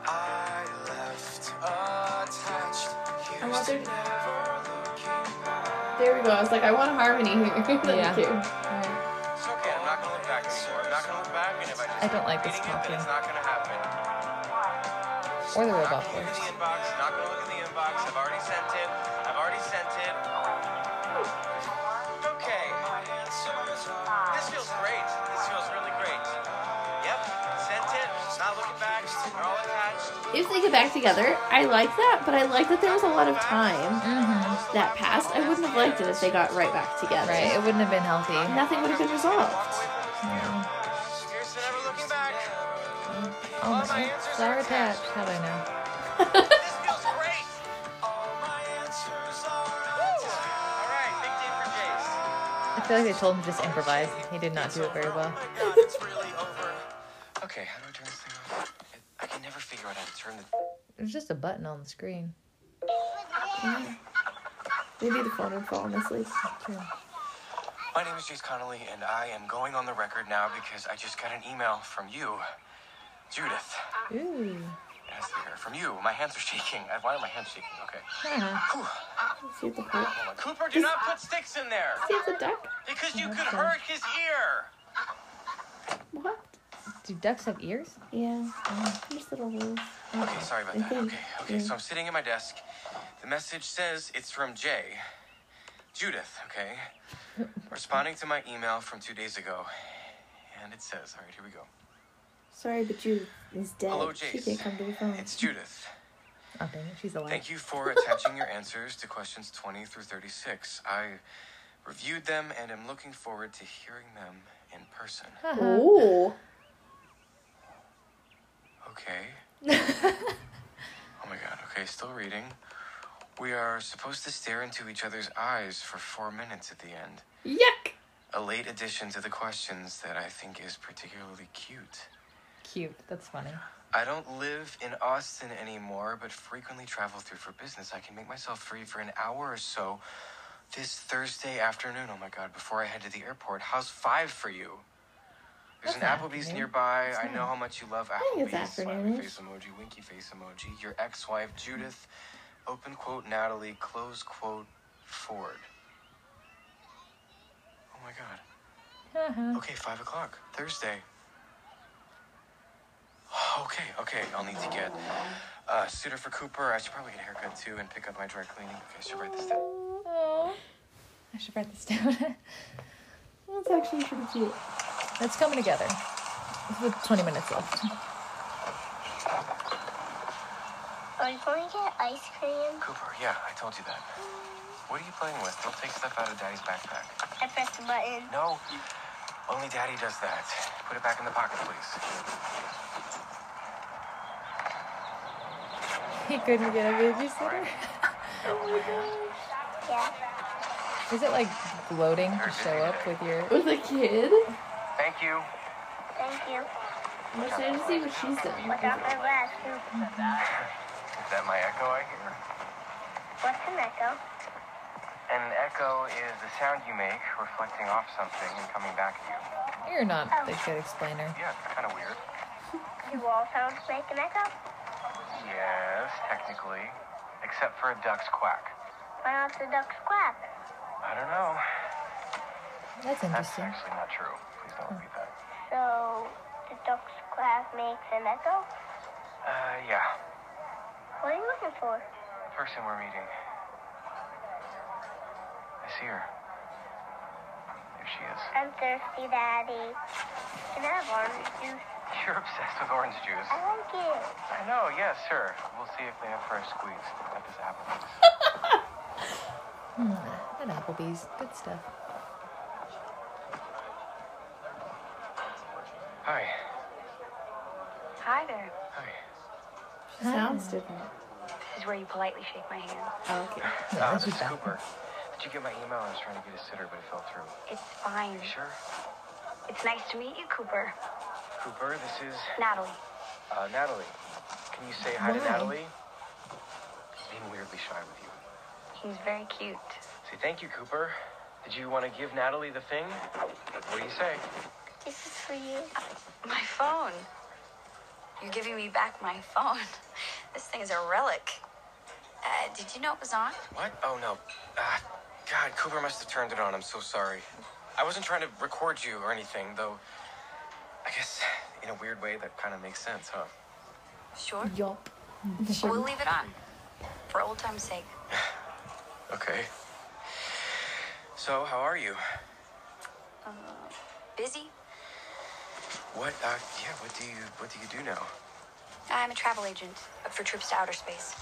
I left a
They're- There we go. I was like, I want harmony here. Thank
Yeah.
you.
It's okay. I'm not gonna look back anymore. I'm not gonna look back, and if I just
I don't like this
keep reading it, then it's not gonna happen.
Or the
Not
robot
gonna look at
voice.
the inbox. Not gonna look at the inbox. I've already sent it. I've already sent it. Okay. This feels great. This feels really great. Yep. Sent it. Not looking back. They're all attached.
If they get back together, I like that, but I like that there was a lot of time that passed. I wouldn't have liked it if they got right back together.
Mm-hmm. Right, it wouldn't have been healthy.
Nothing would have been
Walk
resolved.
away from this theater. Here's to never looking back.
Oh
All my
my,
answers are
flower
attached.
patch. How do I know?
This feels great. All right. Big day for Jace.
I feel like they told him to just improvise. He did not do it very
Oh
well.
Okay, how do I turn this thing off? I I can never figure out how to turn the.
There's just a button on the screen.
Maybe the phone would fall on this leaf.
My name is Jace Connolly, and I am going on the record now because I just got an email from you, Judith.
Ooh.
Yes, there. From you. My hands are shaking. I- Why are my hands shaking? Okay.
Huh.
See if the pole.
Hold on. Cooper, do not put sticks in there
See if the duck.
because you could hurt his ear.
What?
Do ducks have ears?
Yeah. Just little holes.
Okay, sorry about that. Okay, okay. So I'm sitting at my desk. The message says it's from Jay. Judith, okay? Responding to my email from two days ago. And it says, all right, here we go.
Sorry, but Judith is dead.
Hello,
She can't
Jace.
come to the phone.
It's Judith.
Oh, dang it, she's alive.
Thank you for attaching your answers to questions 20 through 36. I reviewed them and am looking forward to hearing them in person.
Ooh.
Okay. oh my god, okay, still reading. We are supposed to stare into each other's eyes for four minutes at the end.
Yuck.
A late addition to the questions that I think is particularly cute.
Cute. That's funny.
I don't live in Austin anymore, but frequently travel through for business. I can make myself free for an hour or so this Thursday afternoon. Oh my god, before I head to the airport. How's five for you? There's
That's
an Applebee's
afternoon.
nearby. I know how much you love
think it's
Applebee's. Smiley
afternoonish.
face emoji, winky face emoji. Your ex wife, Judith. Open quote, Natalie. Close quote, Ford. Oh my god.
Haha.
Okay, five o'clock Thursday. Okay, okay, I'll need to get a suitor for Cooper. I should probably get a haircut too and pick up my dry cleaning. Okay, I should write this down.
oh. I should write this down.
That's actually pretty cute.
It's coming together. With 20 minutes left.
Or can we get ice cream?
Cooper, yeah, I told you that. What are you playing with? Don't take stuff out of Daddy's backpack.
I press the button.
No, only Daddy does that. Put it back in the pocket, please.
He couldn't get a babysitter.
Yeah.
Is it like gloating to show up with your?
With a kid?
Thank you.
Thank you.
I'm excited to see what she's done.
Without my glasses.
Is that my echo I hear?
What's an echo?
An echo is the sound you make reflecting off something and coming back at you.
You're not a good explainer.
Yeah, it's kind of weird.
Do all sounds make an echo?
Yes, technically. Except for a duck's quack.
Why not the duck's quack?
I don't know.
That's
That's
interesting.
actually not true. Please don't repeat that.
So the duck's quack makes an echo?
Uh, yeah.
What are you looking for?
Person we're meeting. I see her. There she is.
I'm thirsty, Daddy. Can I have orange juice?
You're obsessed with orange juice.
I like it.
I know, yes, sure. We'll see if they have first squeeze at this Applebee's.
At Applebee's, good stuff.
Hi.
Hi there.
Hi.
She sounds different.
This is where you politely shake my hand.
Oh, okay.
Uh,
that's
this is
bad.
Cooper. Did you get my email? I was trying to get a sitter, but it fell through.
It's fine.
You sure?
It's nice to meet you, Cooper.
Cooper, this is
Natalie.
Uh, Natalie, can you say hi to
Why?
Natalie? He's being weirdly shy with you.
He's very cute.
Say thank you, Cooper. Did you want to give Natalie the thing? What do you say?
This is for you.
My phone. You're giving me back my phone. This thing is a relic.
Uh, did you know it was on?
What? Oh no. Ah, God, Cooper must have turned it on. I'm so sorry. I wasn't trying to record you or anything, though. I guess in a weird way that kind of makes sense, huh?
Sure.
Yup.
We'll leave it on. For old time's sake.
Okay. So, how are you?
Busy?
What? Uh, yeah. What do you What do you do now?
I'm a travel agent for trips to outer space.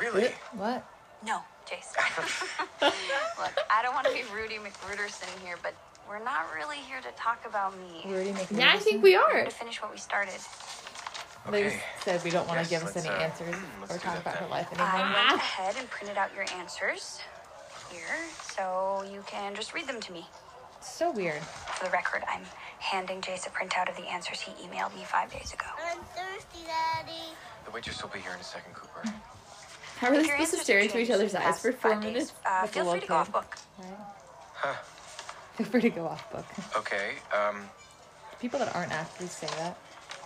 Really?
What?
No, Jace. Look, I don't want to be Rudy McRuderson here, but
We're not really here to talk about me.
Rudy making
Yeah, I think we are.
To finish what we started.
They
Okay.
just said we don't want
Yes,
to give us
let's,
any
uh,
answers
let's
or
do
talk
that
about her
then.
life anymore.
I went ahead and printed out your answers here, so you can just read them to me.
so weird.
For the record, I'm handing Jace a printout of the answers he emailed me five days ago.
I'm thirsty, Daddy.
The waitress will be here in a second, Cooper.
How are they supposed
If your
to
answers
stare
have
into each
changed
other's
in the
eyes
past
for four
five days,
minutes?
Uh,
With the
feel free
low
to go off
tide.
book.
Feel free to go off book.
Okay. Um.
People that aren't actors say that.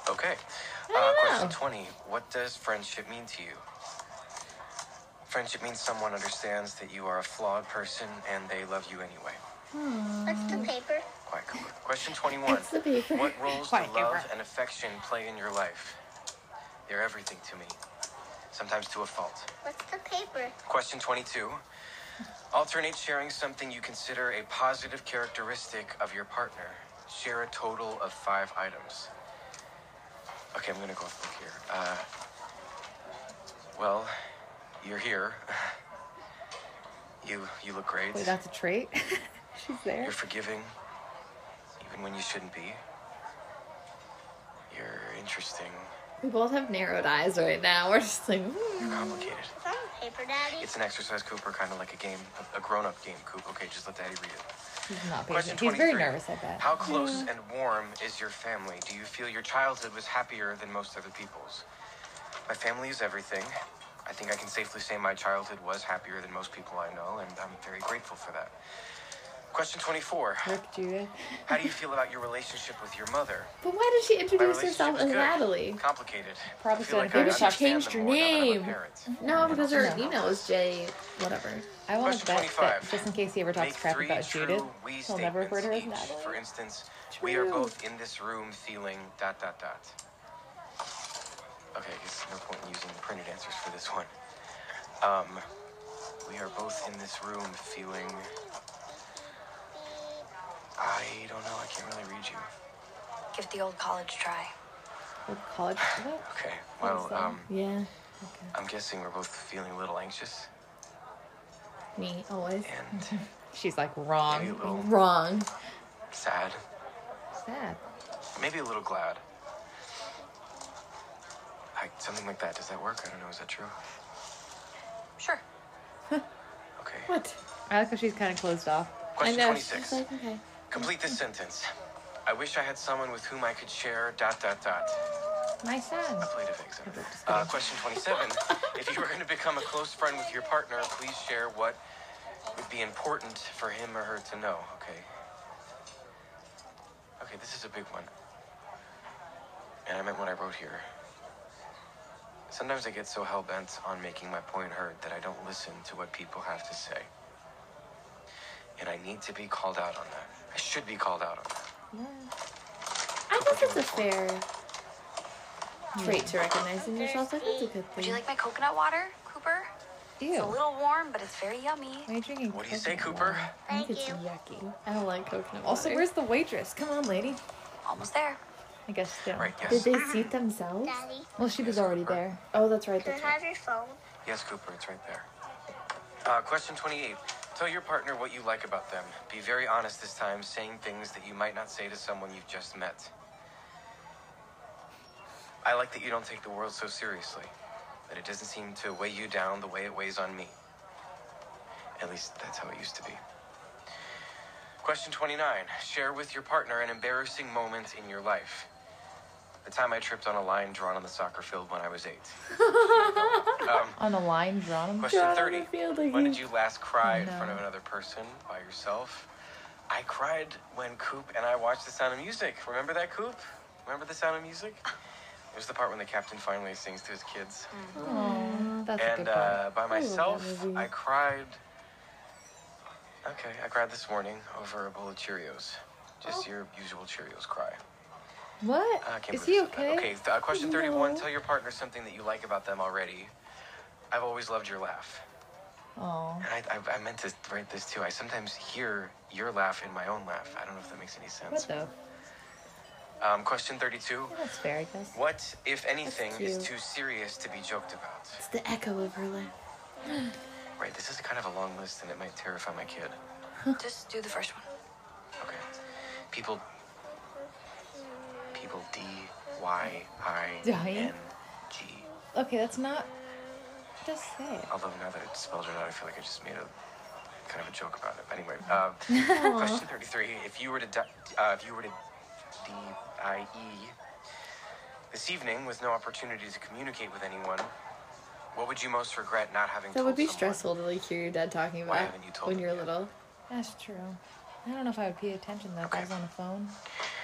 Okay. Uh,
don't
question
know.
20. What does friendship mean to you? Friendship means someone understands that you are a flawed person and they love you anyway.
What's the paper?
Quiet, Cooper. Question 21.
the paper.
What roles do
Quiet,
love
Cooper.
and affection play in your life? They're everything to me, sometimes to a fault.
What's the paper?
Question 22. Alternate sharing something you consider a positive characteristic of your partner. Share a total of five items. Okay, I'm gonna go with book here. Uh, well, you're here. You you look great.
Wait, that's a trait. She's there.
You're forgiving, even when you shouldn't be. You're interesting.
We both have narrowed eyes right now. We're just like,
You're complicated.
It's on the paper, Daddy.
It's an exercise, Cooper, kind of like a game, a, a grown-up game, Coop. Okay, just let Daddy read it.
He's not
Question
patient. He's very
23.
nervous, I bet.
How close and warm is your family? Do you feel your childhood was happier than most other people's? My family is everything. I think I can safely say my childhood was happier than most people I know, and I'm very grateful for that. Question 24.
Rick Judith.
How do you feel about your relationship with your mother?
but why did she
My
introduce
relationship
herself
is
as
good.
Natalie?
Complicated. I
Probably
feel like
said
I
maybe she
understand
changed
them
her
more now that I'm a
name.
parent.
No, because her
No.
email is J. Whatever.
I want to
Question
bet that
25.
just in case he ever talks
Make
crap
three
about
true
Judith,
we
he'll never refer to her as
statements each. For
Natalie.
instance, we are
True.
both in this room feeling dot dot dot. Okay, I guess no point in using the printed answers for this one. Um, we are both in this room feeling. I don't know. I can't really read you.
Give the old college try.
With college. What?
Okay. Well,
Awesome.
um,
Yeah,
I'm guessing we're both feeling a little anxious
me always
and
She's like
maybe a
wrong.
little
wrong.
sad,
Sad.
maybe a little glad. I, something like that. Does that work? I don't know. Is that true?
Sure.
Okay.
What?
I like how she's kind of closed off.
Question
I know. she's
26.
like, okay.
Complete this sentence. I wish I had someone with whom I could share dot dot dot.
My son.
A plate of eggs. Uh, question 27. if you were going to become a close friend with your partner, please share what would be important for him or her to know. Okay. Okay, this is a big one. And I meant what I wrote here. Sometimes I get so hell bent on making my point heard that I don't listen to what people have to say. And I need to be called out on that. I should be called out on that.
I think that's a fair trait to recognize in yourself. I think that's a good
Would
thing.
you like my coconut water, Cooper? It's
Ew.
a little warm, but it's very yummy.
Why are you drinking
What do you say,
coconut
Cooper?
water?
I
Thank
think it's
you.
yucky. I don't like coconut
Also,
water.
where's the waitress? Come on, lady.
Almost there.
I guess still.
Right, yes.
Did they seat themselves?
Daddy,
Well, she was already there.
Oh, that's right.
can I
That's right.
have your phone?
Yes, Cooper, it's right there. Uh, question 28. Tell your partner what you like about them. Be very honest this time, saying things that you might not say to someone you've just met. I like that you don't take the world so seriously, that it doesn't seem to weigh you down the way it weighs on me. At least that's how it used to be. Question 29. Share with your partner an embarrassing moment in your life. The time I tripped on a line drawn on the soccer field when I was eight. um,
On a line drawn.
Question
Drawn on
30.
the field again.
When did you last cry in
Oh, no.
front of another person by yourself? I cried when Coop and I watched The Sound of Music. Remember that, Coop? Remember The Sound of Music? It was the part when the captain finally sings to his kids.
That's a
and
good part.
uh, by myself,
movie.
I cried. Okay, I cried this morning over a bowl of Cheerios. Just your usual Cheerios cry.
What?
Uh, I can't
Oh. Is he
believe I said
okay?
that. Okay, th- uh, question 31. Tell your partner something that you like about them already. I've always loved your laugh.
Oh,
And I, I, I meant to write this too. I sometimes hear your laugh in my own laugh. I don't know if that makes any
what
sense.
though?
Um, question 32.
That's fair, I guess.
What, if anything, is too serious to be joked about?
It's the echo of her laugh.
Right, this is kind of a long list and it might terrify my kid.
Just do the first one.
Okay. People. People D Y I N
Dying?
G.
Okay, that's not. Just say it.
Although now that it's spelled it out, I feel like I just made a kind of a joke about it. Anyway, uh, question thirty-three: If you were to, di- uh, if you were to, D I E, this evening with no opportunity to communicate with anyone, what would you most regret not having?
That
told
would be
someone?
stressful to like hear your dad talking
Why
about
haven't you told
when
them
you're
yet?
little.
That's true. I don't know if I would pay attention though if I was on the phone.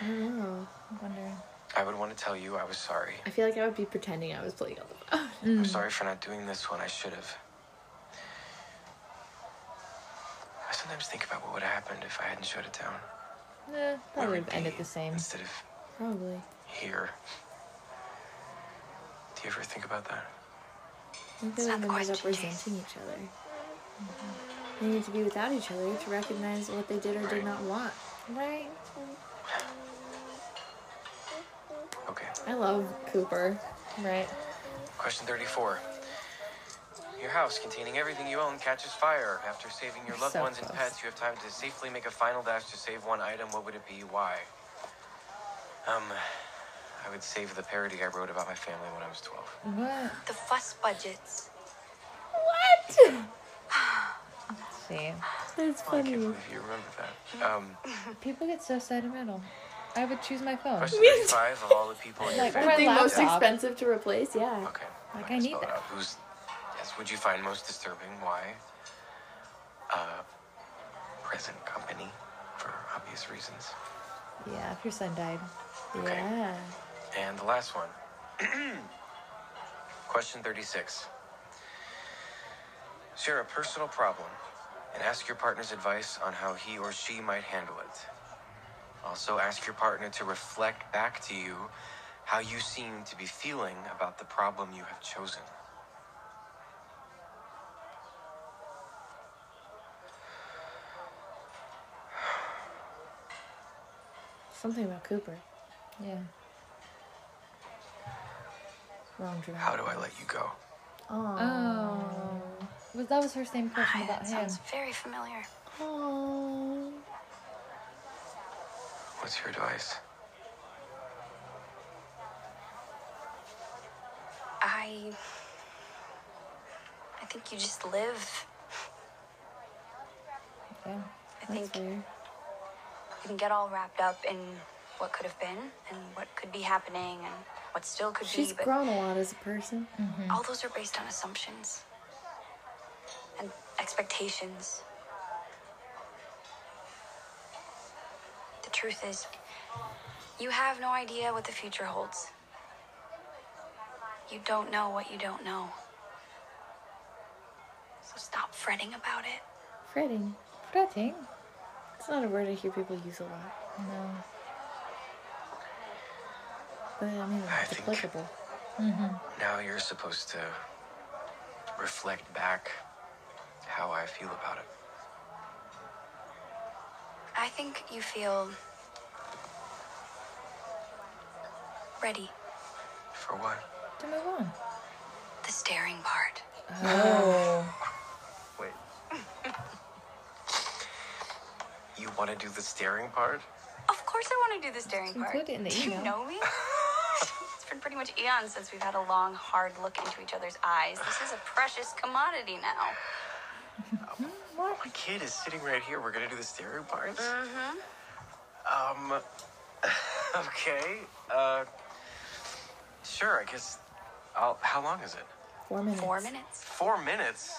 I don't know.
I'm wondering.
I would want to tell you I was sorry.
I feel like I would be pretending I was playing on the phone.
I'm sorry for not doing this when I should have. I sometimes think about what would have happened if I hadn't shut it down.
Nah,
We
that would
would
end
be
it the same.
Instead of
Probably.
here. Do you ever think about that?
I think they would end up resenting each other. Mm-hmm. They need to be without each other to recognize what they did or
Right.
did not want.
Right?
Okay.
I love Cooper.
Right.
Question 34. Your house containing everything you own catches fire. After saving your
We're
loved
so
ones and
close.
pets, you have time to safely make a final dash to save one item. What would it be? Why? Um, I would save the parody I wrote about my family when I was 12.
What?
The fuss budgets.
Let's see.
That's
I can't
funny.
believe you remember that. Um,
People get so sentimental. I would choose my phone.
question 35 of all the people in your
Like,
family.
my
The most
laptop.
expensive to replace, yeah.
Okay.
Like,
can
I need
spell it
that.
out. Who's? Yes. Would you find most disturbing? Why? Uh, present company, for obvious reasons.
Yeah, if your son died.
Okay.
Yeah.
And the last one. Question thirty-six. Share a personal problem, and ask your partner's advice on how he or she might handle it. Also, ask your partner to reflect back to you how you seem to be feeling about the problem you have chosen.
Something about Cooper.
Yeah.
Wrong dramatic.
How do I let you go?
Oh. Was Ah, that was her same question
Ah,
Hi,
about
that
him.
sounds very familiar.
Oh.
What's your advice?
I. I think you just live.
Yeah.
I
That's
think
weird.
you can get all wrapped up in what could have been and what could be happening and what still could
She's
be, but
grown a lot as a person.
all those are based on assumptions and expectations. The truth is, you have no idea what the future holds. You don't know what you don't know. So stop fretting about it.
Fretting.
Fretting?
It's not a word I hear people use a lot.
No.
But I mean,
I
it's
think-
applicable.
Now you're supposed to reflect back how I feel about it.
I think you feel ready.
For what?
To move on.
The staring part.
Oh.
Wait. you want to do the staring part?
Of course, I want to do the staring part.
included in the
do
email.
you know me? it's been pretty much eons since we've had a long, hard look into each other's eyes. This is a precious commodity now.
My kid is sitting right here. We're going to do the staring part? Mm-hmm. Um, okay. Uh, sure, I guess. I'll, how long is it?
Four minutes.
Four minutes.
Four minutes?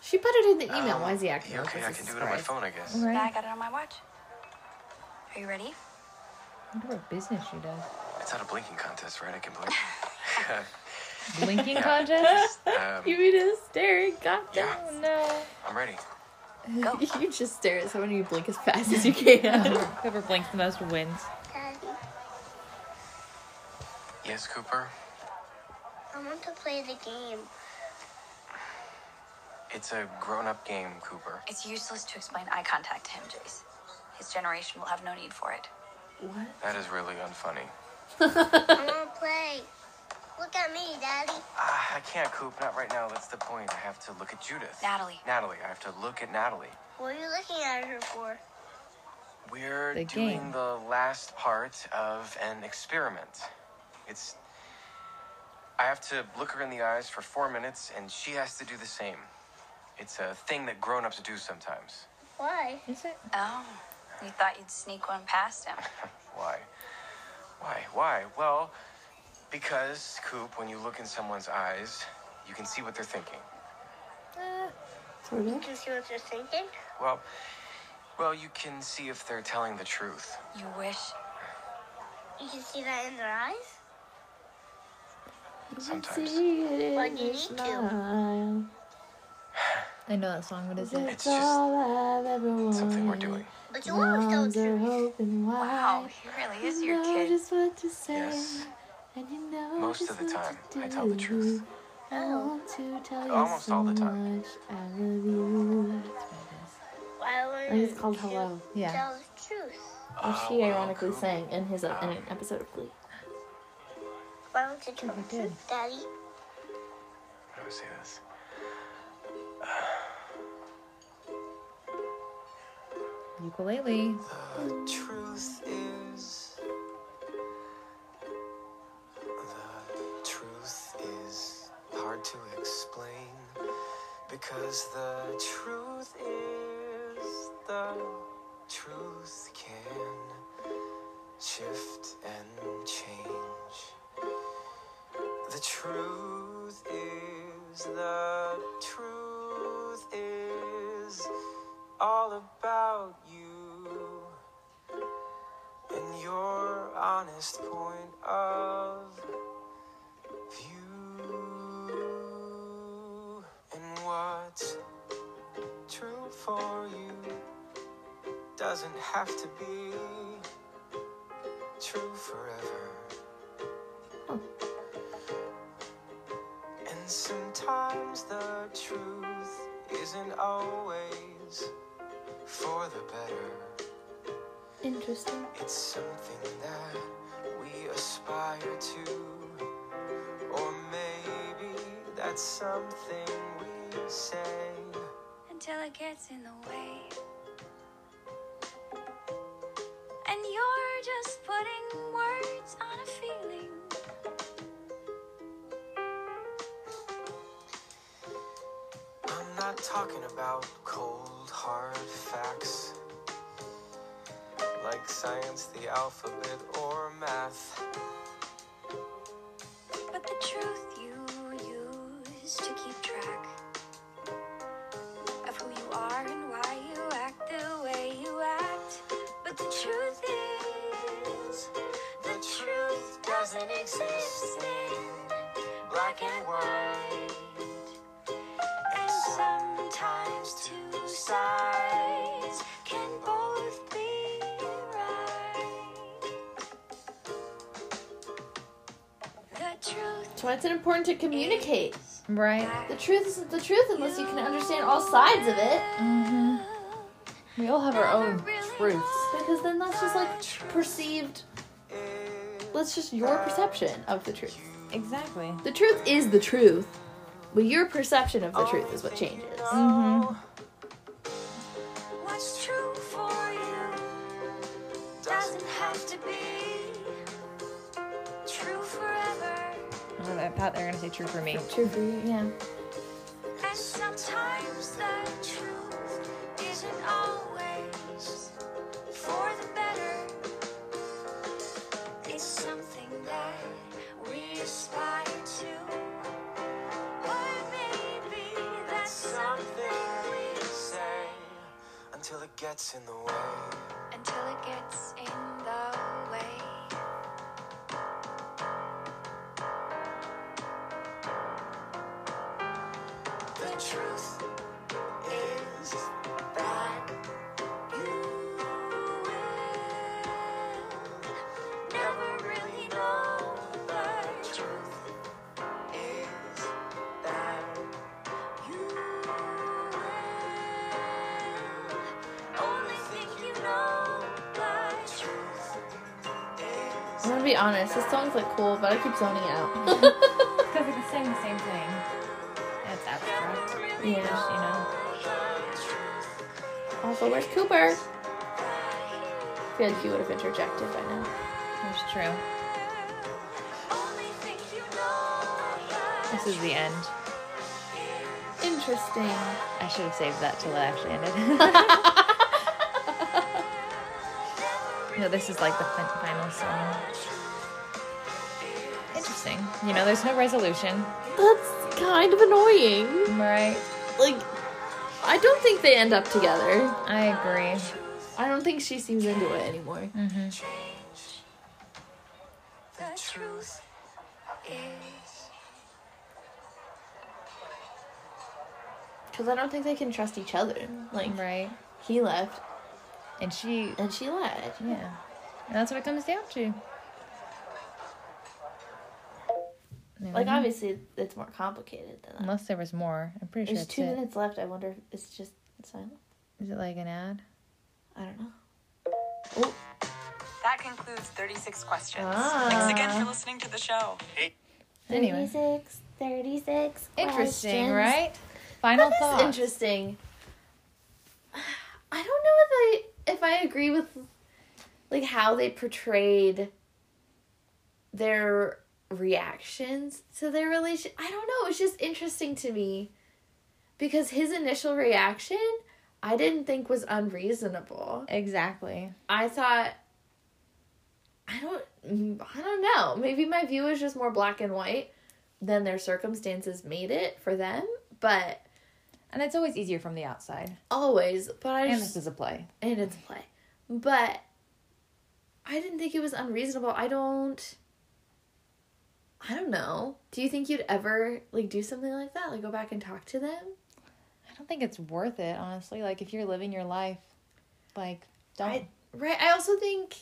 She put it in the email. Why is he acting
Um, Yeah,
like
okay,
this
I
is
can
a
do it on my
surprise?
phone, I guess.
Right.
Now I got it on my watch. Are you ready?
I wonder what business she does.
It It's not a blinking contest, right? I can blink.
Blinking contest?
um,
You mean is staring? God
yeah,
Oh no.
I'm ready.
You just stare at someone and you blink as fast as you can.
Whoever blinks the most wins.
Daddy,
Yes, Cooper.
I want to play the game.
It's a grown-up game, Cooper.
It's useless to explain eye contact to him, Jace. His generation will have no need for it.
That is really unfunny.
I want to play. Look at me, Daddy.
Ah, I can't, Coop. Not right now. That's the point. I have to look at Judith.
Natalie.
Natalie. I have to look at Natalie.
What are you looking at her for?
We're
The
doing
game.
the last part of an experiment. It's. I have to look her in the eyes for four minutes, and she has to do the same. It's a thing that grown ups do sometimes.
Why?
Is it?
Oh, you thought you'd sneak one past him.
Why? Why? Why? Well, because, Coop, when you look in someone's eyes, you can see what they're thinking.
Mm.
You can see what you're thinking.
Well, well, you can see if they're telling the truth.
You wish.
You can see that in their eyes.
Sometimes.
Why do you need to?
I know that song. What is it?
It's just something we're doing.
But you always tell the
They're
truth.
open
Wow,
wide.
he really is
You
your
know
kid.
just what to say.
Yes.
And you know
Most
just
of the
what
time,
to
I tell the
do.
truth.
I
Oh.
want to tell you
Almost
so
all the time.
much I love you.
Why
I
wouldn't
think it's called
you
Hello.
Yeah.
Tell the truth.
Which he
well,
ironically
Coop.
sang in his uh, in an episode of Glee.
Why don't you tell the truth, Daddy?
How do I say this?
Ukulele.
The truth is. The truth is hard to explain because the truth is the truth can shift and change. The truth is the truth is all about you and your honest point of view and what's true for you doesn't have to be true forever and sometimes the truth isn't always for the better
Interesting.
It's something that we aspire to, or maybe that's something we say.
Until it gets in the way. And you're just putting words on a feeling.
I'm not talking about cold, hard facts like science, the alphabet, or math.
But the truth you use to keep track of who you are and why you act the way you act. But the truth is, the truth doesn't exist in black and white. And sometimes two sides can both be right. The truth.
That's why it's important to communicate.
Right.
The truth isn't the truth unless you can understand all sides of it. Mm-hmm.
We all have our own
Truths. Because then that's just like perceived. That's just your perception of the truth.
Exactly.
The truth is the truth, but your perception of the truth is what changes.
What's true for you doesn't have to be true forever.
I thought they were gonna say true for me.
True for you, yeah.
And sometimes the truth isn't always for the better. It's something that we aspire to. Or maybe that's something we say
Until it gets in the way.
until it gets in the way. truth is that you will never really know the truth is that you will only think you know the truth is
I'm gonna be honest, this song's like cool, but I keep zoning out.
Because it's saying the same thing. It's abstract.
Yeah.
You know?
Also, where's Cooper? I feel like he would have interjected by now.
It's true. This is the end.
Interesting.
I should have saved that till it actually ended. no, this is like the fin- final song. Interesting. You know, there's no resolution,
That's kind of annoying.
right?
Like, I don't think they end up together.
I agree.
I don't think she seems into it anymore.
Mm.
change. The truth is
Because I don't think they can trust each other. Like,
Right?
he left
And she,
and she left.
yeah. And that's what it comes down to.
Like,
Mm-hmm.
obviously, it's more complicated than that.
Unless there was more. I'm pretty sure
There's
that's
two
it.
minutes left. I wonder if it's just silent.
Is it like an ad?
I don't know.
That concludes 36 questions.
Ah.
Thanks again for listening to the show.
Anyway.
36, 36.
Interesting,
Questions.
right? Final
That's
thoughts.
interesting. I don't know if I if I agree with like how they portrayed their reactions to their relation. I don't know. It was just interesting to me because his initial reaction I didn't think was unreasonable.
Exactly.
I thought I don't mm, I don't know. Maybe my view is just more black and white than their circumstances made it for them, but
And it's always easier from the outside.
always, but I
And
just
this is a play.
and it's a play. But I didn't think it was unreasonable. I don't I don't know. Do you think you'd ever like do something like that? Like go back and talk to them?
I don't think it's worth it, honestly. Like if you're living your life, like don't.
I right. I also think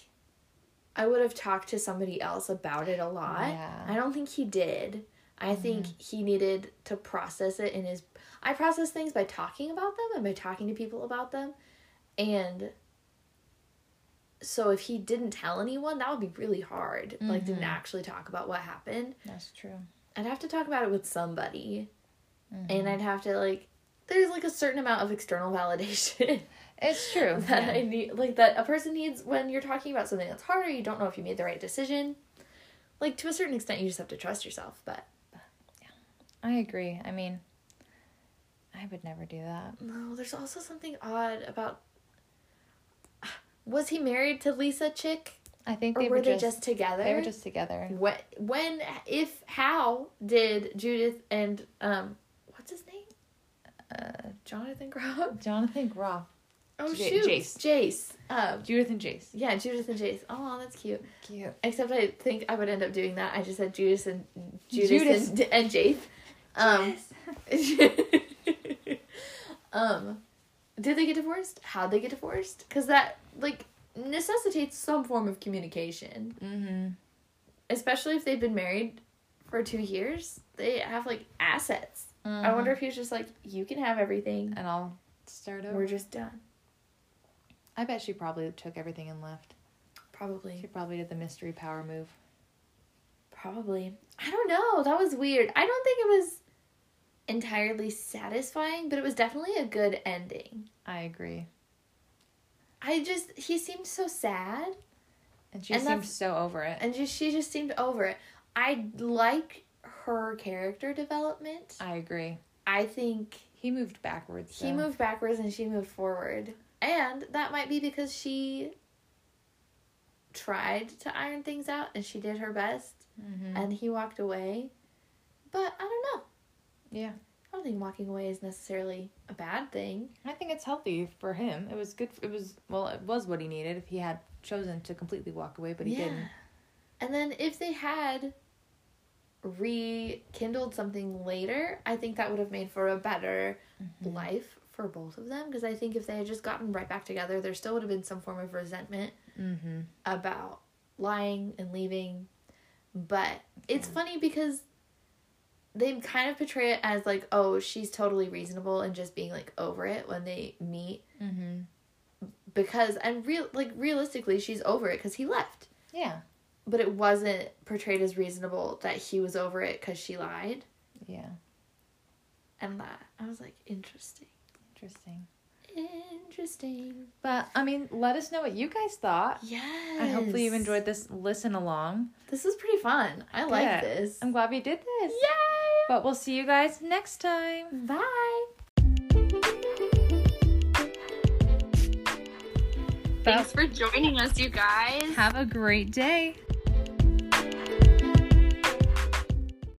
I would have talked to somebody else about it a lot.
Yeah.
I don't think he did. I think he needed to process it in his I process things by talking about them and by talking to people about them. And so if he didn't tell anyone, that would be really hard. Like didn't actually talk about what happened.
That's true.
I'd have to talk about it with somebody. And I'd have to like there's like a certain amount of external validation
It's true.
that I need, like that a person needs when you're talking about something that's harder. You don't know if you made the right decision. Like to a certain extent, you just have to trust yourself. But
I agree. I mean, I would never do that.
no, there's also something odd about. Was he married to Lisa Chick,
I think
or
they
were,
were,
they just,
just,
together?
they were just together.
What, when, if, how did Judith and um, what's his name? Uh, Jonathan Groff.
Jonathan Groff,
Oh
J-
shoot,
Jace.
Jace. Um,
Judith and Jace.
yeah, Judith and Jace. Oh, that's cute.
Cute.
Except I think I would end up doing that. I just said Judas and Judas,
Judas.
and, and Jace. Um, um, did they get divorced? How'd they get divorced? Because that like necessitates some form of communication,
Mm-hmm.
especially if they've been married for two years. They have like assets. I wonder if he was just like, you can have everything.
And I'll start over.
We're just done.
I bet she probably took everything and left.
Probably.
She probably did the mystery power move.
Probably. I don't know. That was weird. I don't think it was entirely satisfying, but it was definitely a good ending.
I agree.
I just he seemed so sad
And she
And
seemed
that's-
so over it.
and just she just seemed over it. I like her character development.
I agree.
I think
He moved backwards.
he
though.
moved backwards and she moved forward. And that might be because she tried to iron things out and she did her best and he walked away. But I don't know.
Yeah.
I don't think walking away is necessarily a bad thing.
I think it's healthy for him. It was good. For, it was well. It was what he needed. If he had chosen to completely walk away, but he
Yeah.
didn't.
And then if they had rekindled something later, I think that would have made for a better life for both of them. Because I think if they had just gotten right back together, there still would have been some form of resentment about lying and leaving. But it's funny because they kind of portray it as like, oh, she's totally reasonable and just being like over it when they meet. Because and real like realistically, she's over it because he left
Yeah.
but it wasn't portrayed as reasonable that he was over it because she lied
Yeah.
and that i was like interesting
Interesting.
interesting
But I mean, let us know what you guys thought.
yes
And hopefully you enjoyed this listen along.
this is pretty fun i like
Good.
this
I'm glad we did this.
yay
But we'll see you guys next time.
bye
Thanks for joining us, you guys.
Have a great day.